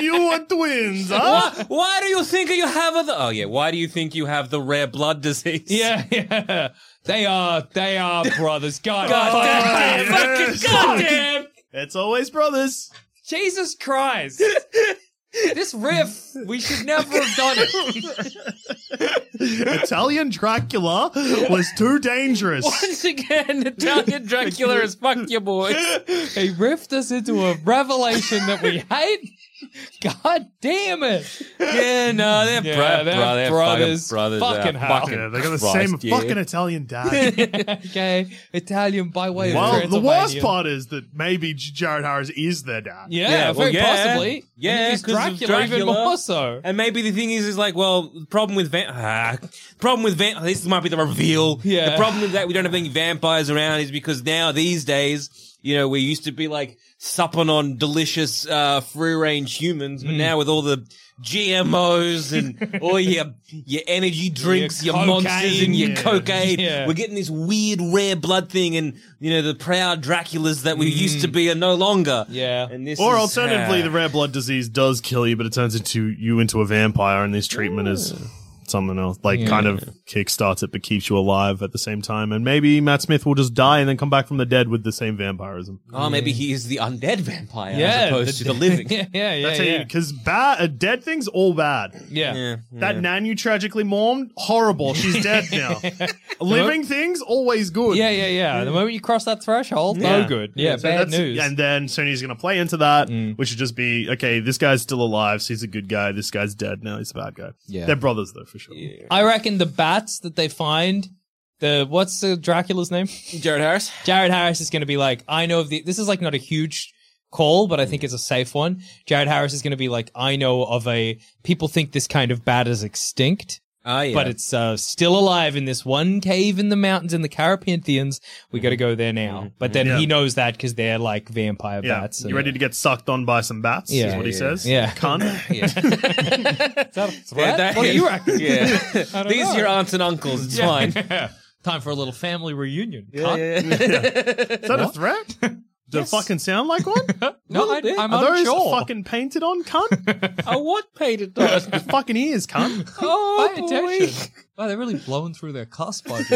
[SPEAKER 2] (laughs)
[SPEAKER 4] you were twins, huh?
[SPEAKER 2] Why do you think you have the? Oh yeah, why do you think you have the rare blood disease?
[SPEAKER 3] (laughs) Yeah, yeah. They are, they are (laughs) brothers. God,
[SPEAKER 2] God damn!
[SPEAKER 4] yes.
[SPEAKER 2] Fucking God damn!
[SPEAKER 4] It's always brothers.
[SPEAKER 3] Jesus Christ. this riff, we should never have done it.
[SPEAKER 4] Italian Dracula was too
[SPEAKER 2] (laughs)
[SPEAKER 4] dangerous.
[SPEAKER 2] Once again, Italian Dracula is fuck your boy.
[SPEAKER 3] (laughs) They riffed us into a revelation that we hate. God damn it.
[SPEAKER 2] Yeah, no, they're,
[SPEAKER 3] Yeah,
[SPEAKER 2] bro-
[SPEAKER 3] they're
[SPEAKER 2] bro- they're
[SPEAKER 3] brothers.
[SPEAKER 2] fucking brothers.
[SPEAKER 3] Fucking
[SPEAKER 2] uh,
[SPEAKER 3] hell.
[SPEAKER 4] Yeah, they got the
[SPEAKER 2] Christ,
[SPEAKER 4] same
[SPEAKER 2] yeah.
[SPEAKER 4] fucking Italian dad.
[SPEAKER 3] (laughs) okay. Italian by way of
[SPEAKER 4] well, the worst
[SPEAKER 3] Transylvania.
[SPEAKER 4] part is that maybe J- Jared Harris is their dad.
[SPEAKER 3] Yeah,
[SPEAKER 2] Yeah, well,
[SPEAKER 3] very
[SPEAKER 2] yeah.
[SPEAKER 3] possibly.
[SPEAKER 2] Yeah,
[SPEAKER 3] And if he's
[SPEAKER 2] 'cause of
[SPEAKER 3] Dracula, even
[SPEAKER 2] Dracula.
[SPEAKER 3] more so.
[SPEAKER 2] And maybe the thing is, is like, well, the problem with van, ah, problem with van, this might be the reveal.
[SPEAKER 3] Yeah.
[SPEAKER 2] The problem with that we don't have any vampires around is because now these days You know, we used to be like supping on delicious uh, free range humans, but now with all the GMOs and all your your energy drinks, your,
[SPEAKER 3] cocaine,
[SPEAKER 2] monsters, and your
[SPEAKER 3] yeah.
[SPEAKER 2] cocaine,
[SPEAKER 3] Yeah.
[SPEAKER 2] we're getting this weird rare blood thing, and you know the proud Draculas that we used to be are no longer.
[SPEAKER 3] Yeah.
[SPEAKER 2] and this
[SPEAKER 4] Or
[SPEAKER 2] is,
[SPEAKER 4] alternatively,
[SPEAKER 2] uh,
[SPEAKER 4] the rare blood disease does kill you, but it turns into you into a vampire, and this treatment is something else. Like kind of kickstarts it, but keeps you alive at the same time. And maybe Matt Smith will just die and then come back from the dead with the same vampirism.
[SPEAKER 2] oh, maybe he is the undead vampire
[SPEAKER 3] Hmm. Yeah,
[SPEAKER 2] as opposed to
[SPEAKER 3] the-
[SPEAKER 2] the living.
[SPEAKER 3] (laughs) yeah, yeah, yeah.
[SPEAKER 4] That's how
[SPEAKER 3] yeah.
[SPEAKER 4] you because bad uh, dead things all bad.
[SPEAKER 3] yeah.
[SPEAKER 2] Yeah,
[SPEAKER 4] That nan you tragically mourned, horrible.
[SPEAKER 3] (laughs)
[SPEAKER 4] She's dead now. Living things always good.
[SPEAKER 3] Yeah, yeah, yeah. The moment you cross that threshold,
[SPEAKER 2] Yeah.
[SPEAKER 3] no good. Yeah,
[SPEAKER 4] So
[SPEAKER 3] bad
[SPEAKER 4] that's-
[SPEAKER 3] news. Mm.
[SPEAKER 4] And then Sony's going to play into that, which would just be okay. This guy's still alive, so he's a good guy. This guy's dead now; he's a bad guy.
[SPEAKER 3] Yeah.
[SPEAKER 4] they're brothers though for sure.
[SPEAKER 3] I reckon the bats that they find, the what's the Dracula's name?
[SPEAKER 2] Jared Harris.
[SPEAKER 3] Jared Harris is going to be like, I know of the. This is like not a huge call, but I think it's a safe one. Jared Harris is going to be like, I know of a. People think this kind of bat is extinct.
[SPEAKER 2] Oh, yeah. (laughs)
[SPEAKER 3] But it's uh, still alive in this one cave in the mountains in the Carapinthians. We got to go there now.
[SPEAKER 2] Mm-hmm.
[SPEAKER 3] But then
[SPEAKER 4] Yeah.
[SPEAKER 3] he knows that because they're like vampire
[SPEAKER 4] Yeah,
[SPEAKER 3] bats. uh,
[SPEAKER 4] you ready to get sucked on by some bats? Yeah, is
[SPEAKER 3] Yeah.
[SPEAKER 4] what he
[SPEAKER 2] Yeah.
[SPEAKER 4] says.
[SPEAKER 2] (laughs)
[SPEAKER 3] Yeah. (laughs)
[SPEAKER 4] cunt.
[SPEAKER 2] Yeah, that-
[SPEAKER 3] What do you
[SPEAKER 2] (laughs)
[SPEAKER 3] reckon? (laughs)
[SPEAKER 2] Yeah.
[SPEAKER 3] don't
[SPEAKER 2] These
[SPEAKER 3] know.
[SPEAKER 2] are your aunts and uncles. It's
[SPEAKER 3] (laughs)
[SPEAKER 2] fine.
[SPEAKER 3] Time for a little family reunion. cunt.
[SPEAKER 4] Is that a
[SPEAKER 3] (laughs)
[SPEAKER 4] threat? Does it fucking sound like one?
[SPEAKER 3] No, I,
[SPEAKER 2] bit.
[SPEAKER 3] I'm
[SPEAKER 4] Are those
[SPEAKER 3] unsure. (laughs)
[SPEAKER 4] fucking painted on, cunt?
[SPEAKER 2] (laughs) I want painted dogs.
[SPEAKER 4] Your fucking ears, cunt.
[SPEAKER 2] (laughs) Oh,
[SPEAKER 3] Pay attention. Wow, they're really blowing through their cost
[SPEAKER 2] (laughs)
[SPEAKER 3] budget.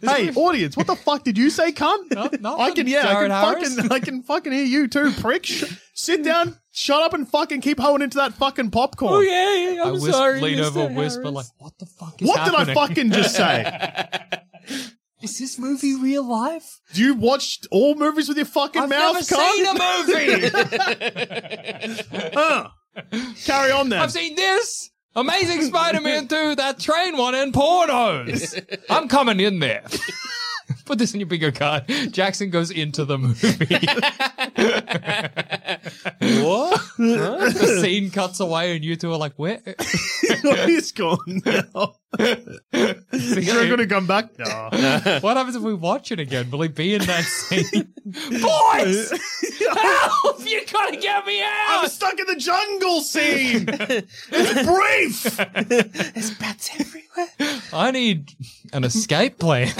[SPEAKER 4] hey, audience, what the fuck did you say, cunt?
[SPEAKER 3] nothing,
[SPEAKER 4] I can, yeah, I can
[SPEAKER 3] Jared Harris.
[SPEAKER 4] fucking, (laughs) I can fucking hear you too, prick. Sh- sit down, shut up, and fucking keep hoeing into that fucking popcorn.
[SPEAKER 2] Oh, yeah, yeah. (laughs) I'm
[SPEAKER 3] I whisper,
[SPEAKER 2] sorry.
[SPEAKER 3] lean
[SPEAKER 2] Mr.
[SPEAKER 3] over, and whisper
[SPEAKER 2] Harris.
[SPEAKER 3] like, "What the fuck is
[SPEAKER 4] What
[SPEAKER 3] happening?
[SPEAKER 4] did I
[SPEAKER 3] (laughs)
[SPEAKER 4] fucking just say?
[SPEAKER 3] Is this movie real life?
[SPEAKER 4] Do you watch all movies with your fucking
[SPEAKER 3] I've
[SPEAKER 4] mouth?
[SPEAKER 3] never
[SPEAKER 4] cunt?
[SPEAKER 3] seen a movie.
[SPEAKER 4] (laughs) Huh. Carry on then.
[SPEAKER 3] I've
[SPEAKER 4] (laughs)
[SPEAKER 3] seen this." Amazing Spider-Man 2, that train one, and pornos.
[SPEAKER 2] (laughs)
[SPEAKER 3] I'm coming in there. (laughs) Put this in your bingo card. Jackson goes into the movie.
[SPEAKER 2] what?
[SPEAKER 3] the scene cuts away, and you two are like, "Where?"
[SPEAKER 4] (laughs) He's gone
[SPEAKER 3] (laughs)
[SPEAKER 4] now. You're going to come back? No.
[SPEAKER 3] What happens if we watch it again? Will he be in that scene?
[SPEAKER 2] (laughs)
[SPEAKER 3] Boys! Help! You gotta get me
[SPEAKER 4] I'm
[SPEAKER 3] out!
[SPEAKER 4] stuck in the
[SPEAKER 3] (laughs)
[SPEAKER 4] jungle scene. It's brief.
[SPEAKER 1] There's bats everywhere.
[SPEAKER 3] I need an escape plan.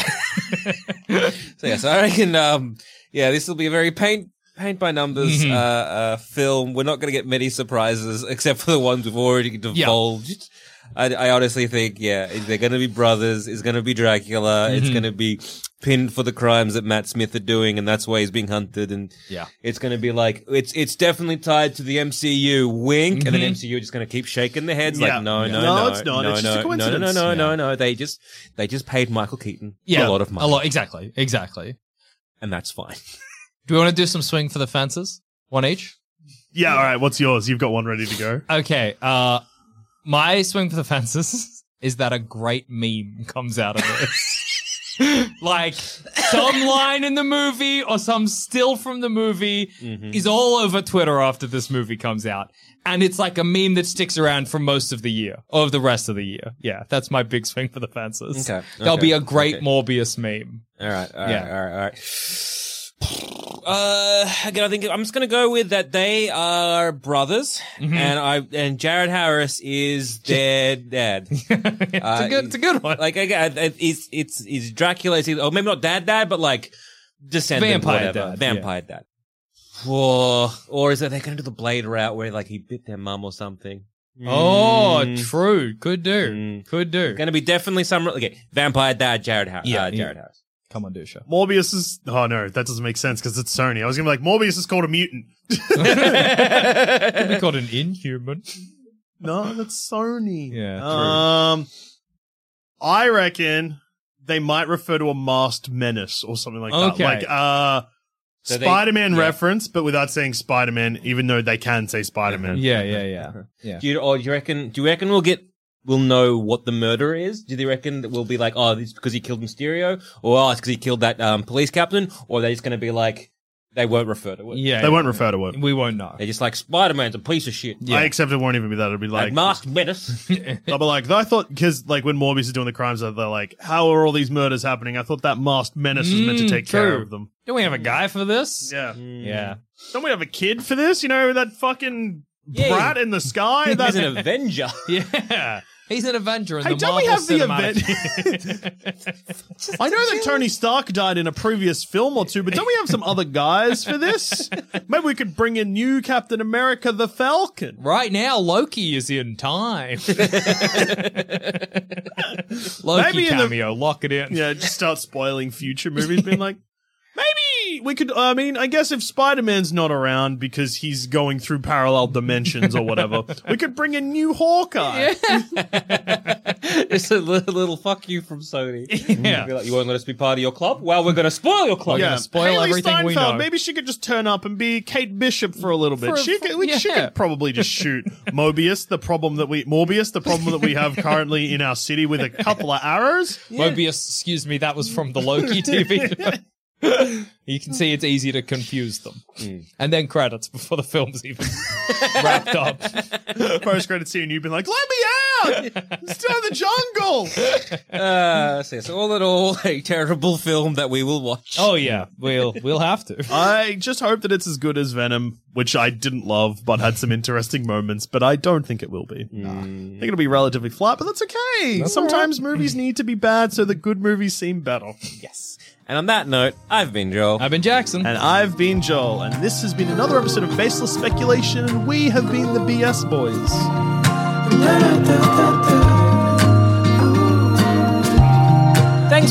[SPEAKER 2] So, yeah, so I reckon, um, yeah, this will be a very paint. Paint by numbers
[SPEAKER 4] Mm-hmm.
[SPEAKER 2] uh, uh, film. We're not going to get many surprises except for the ones we've already divulged. I, I honestly think, yeah, they're going to be brothers. It's going to be Dracula.
[SPEAKER 4] Mm-hmm.
[SPEAKER 2] It's going to be pinned for the crimes that Matt Smith are doing, and that's why he's being hunted. And
[SPEAKER 3] Yeah.
[SPEAKER 2] it's going to be like it's it's definitely tied to the MCU wink, and then MCU are just going to keep shaking their heads
[SPEAKER 4] Mm-hmm. Yeah.
[SPEAKER 2] like, no, no,
[SPEAKER 4] No,
[SPEAKER 2] no,
[SPEAKER 4] it's not.
[SPEAKER 2] no,
[SPEAKER 4] It's
[SPEAKER 2] no,
[SPEAKER 4] just
[SPEAKER 2] no, no,
[SPEAKER 4] a
[SPEAKER 2] no,
[SPEAKER 4] coincidence.
[SPEAKER 2] no,
[SPEAKER 4] Yeah.
[SPEAKER 2] no, no. They just they just paid Michael Keaton a lot of money,
[SPEAKER 3] A lot, exactly, exactly.
[SPEAKER 2] and that's fine.
[SPEAKER 3] Do we want to do some swing for the fences? One each?
[SPEAKER 4] Yeah, all right. What's yours? You've got one ready to go.
[SPEAKER 3] Okay, uh, my swing for the fences (laughs) is that a great meme comes out of this.
[SPEAKER 2] (laughs)
[SPEAKER 3] like, some line in the movie or some still from the movie
[SPEAKER 2] Mm-hmm.
[SPEAKER 3] is all over Twitter after this movie comes out. And it's like a meme that sticks around for most of the year, or the rest of the year. Yeah, that's my big swing for the fences.
[SPEAKER 2] Okay,
[SPEAKER 3] There'll
[SPEAKER 2] okay,
[SPEAKER 3] be a great
[SPEAKER 2] okay.
[SPEAKER 3] Morbius meme.
[SPEAKER 2] All right, all right,
[SPEAKER 3] Yeah.
[SPEAKER 2] all right, all right. Uh, again, I think I'm just gonna go with that they are brothers,
[SPEAKER 3] Hmm.
[SPEAKER 2] and I and Jared Harris (laughs) is their dad.
[SPEAKER 3] (laughs) it's,
[SPEAKER 2] Uh,
[SPEAKER 3] a good, it's a good one.
[SPEAKER 2] like again, it- it's it's it's Dracula, it's either, or maybe not dad dad, but like descendant
[SPEAKER 3] Vampire
[SPEAKER 2] whatever.
[SPEAKER 3] dad,
[SPEAKER 2] vampire dad. Or or is it they're gonna do the blade route where like he bit their mum or something?
[SPEAKER 3] Oh,
[SPEAKER 2] Mm.
[SPEAKER 3] true. Could do.
[SPEAKER 2] Mm.
[SPEAKER 3] Could do.
[SPEAKER 2] Gonna be definitely some okay vampire dad Jared Harris.
[SPEAKER 3] Yeah.
[SPEAKER 2] uh, Jared Harris.
[SPEAKER 3] Come on, Dusha.
[SPEAKER 4] Morbius is. Oh no, that doesn't make sense because it's Sony. I was gonna be like, Morbius is called a mutant.
[SPEAKER 2] (laughs)
[SPEAKER 3] Could be called an
[SPEAKER 4] (laughs)
[SPEAKER 3] inhuman.
[SPEAKER 4] no, that's Sony.
[SPEAKER 3] Yeah, true.
[SPEAKER 4] Um, I reckon they might refer to a masked menace or something like
[SPEAKER 3] Okay.
[SPEAKER 4] that. Like uh,
[SPEAKER 2] So they-
[SPEAKER 4] Spider-Man
[SPEAKER 2] yeah.
[SPEAKER 4] reference, but without saying Spider-Man, even though they can say Spider-Man.
[SPEAKER 3] Yeah, yeah, yeah. Yeah.
[SPEAKER 2] Do you or do you reckon do you reckon we'll get we'll know what the murder is? Do you reckon that we'll be like, oh, it's because he killed Mysterio? Or oh, it's because he killed that um, police captain, or are they just gonna be like They won't refer to it.
[SPEAKER 3] Yeah,
[SPEAKER 4] They
[SPEAKER 3] yeah.
[SPEAKER 4] won't refer to it.
[SPEAKER 3] We won't know.
[SPEAKER 2] They're just like Spider Man's a piece of shit.
[SPEAKER 3] Yeah.
[SPEAKER 4] I accept it won't even be that. It'll be
[SPEAKER 2] Like,
[SPEAKER 4] like,
[SPEAKER 2] masked menace.
[SPEAKER 4] I'll be like, I thought because like when Morbius is doing the crimes, they're like, how are all these murders happening? I thought that masked menace was meant to
[SPEAKER 3] Mm,
[SPEAKER 4] take care
[SPEAKER 3] true.
[SPEAKER 4] of them.
[SPEAKER 3] Don't we have a guy for this?
[SPEAKER 4] Yeah.
[SPEAKER 3] (laughs) Yeah.
[SPEAKER 4] Don't we have a kid for this? You know that fucking
[SPEAKER 2] Yeah.
[SPEAKER 4] brat in
[SPEAKER 3] (laughs)
[SPEAKER 4] the sky.
[SPEAKER 2] (laughs) He's
[SPEAKER 4] That's
[SPEAKER 2] an Avenger.
[SPEAKER 3] Yeah. He's an Avenger in
[SPEAKER 4] Hey,
[SPEAKER 3] the
[SPEAKER 4] don't we
[SPEAKER 3] Marvel
[SPEAKER 4] have the
[SPEAKER 3] Cinematic (laughs)
[SPEAKER 4] I know that Tony Stark died in a previous film or two, but don't we have some other guys
[SPEAKER 3] (laughs)
[SPEAKER 4] for this? Maybe we could bring in new Captain America, the Falcon.
[SPEAKER 3] Right now, Loki is in
[SPEAKER 4] (laughs)
[SPEAKER 3] time. (laughs) Loki
[SPEAKER 4] Maybe in the-
[SPEAKER 3] cameo, lock it in. (laughs)
[SPEAKER 4] Yeah, just start spoiling future movies, being like, maybe we could. I mean, I guess if Spider Man's not around because he's going through parallel dimensions or whatever,
[SPEAKER 3] (laughs)
[SPEAKER 4] we could bring in new Hawkeye.
[SPEAKER 2] it's a li- little fuck you from Sony.
[SPEAKER 3] Yeah.
[SPEAKER 2] Be like, you won't let us be part of your club? Well, we're going to spoil your club.
[SPEAKER 3] We're gonna spoil
[SPEAKER 4] Hailee
[SPEAKER 3] everything we
[SPEAKER 4] Steinfeld,
[SPEAKER 3] know.
[SPEAKER 4] Maybe she could just turn up and be Kate Bishop for a little bit.
[SPEAKER 3] For-
[SPEAKER 4] she,
[SPEAKER 3] for-
[SPEAKER 4] could, we- she
[SPEAKER 3] yeah.
[SPEAKER 4] could probably
[SPEAKER 3] (laughs)
[SPEAKER 4] just shoot Mobius, the problem that we Morbius, the problem that we have currently in our city with a couple of
[SPEAKER 3] (laughs)
[SPEAKER 4] arrows.
[SPEAKER 3] Mobius, excuse me, that was from the
[SPEAKER 4] (laughs)
[SPEAKER 3] Loki TV. you can see it's easy to confuse them.
[SPEAKER 4] Mm.
[SPEAKER 3] And then credits before the film's
[SPEAKER 4] (laughs)
[SPEAKER 3] even wrapped up.
[SPEAKER 4] Post credit scene, you've been like, "Let me out! It's down the jungle."
[SPEAKER 2] Uh, so, so all in all, a terrible film that we will watch.
[SPEAKER 3] Oh yeah, we'll we'll have to.
[SPEAKER 4] I just hope that it's as good as Venom, which I didn't love, but had some interesting moments. But I don't think it will be. I think it'll be relatively flat, but that's okay. Sometimes movies need to be bad so the good movies seem better.
[SPEAKER 2] yes. And on that note, I've been Joel.
[SPEAKER 3] I've been Jackson.
[SPEAKER 4] And I've been Joel, and this has been another episode of Baseless Speculation, and we have been the BS Boys.
[SPEAKER 2] Thanks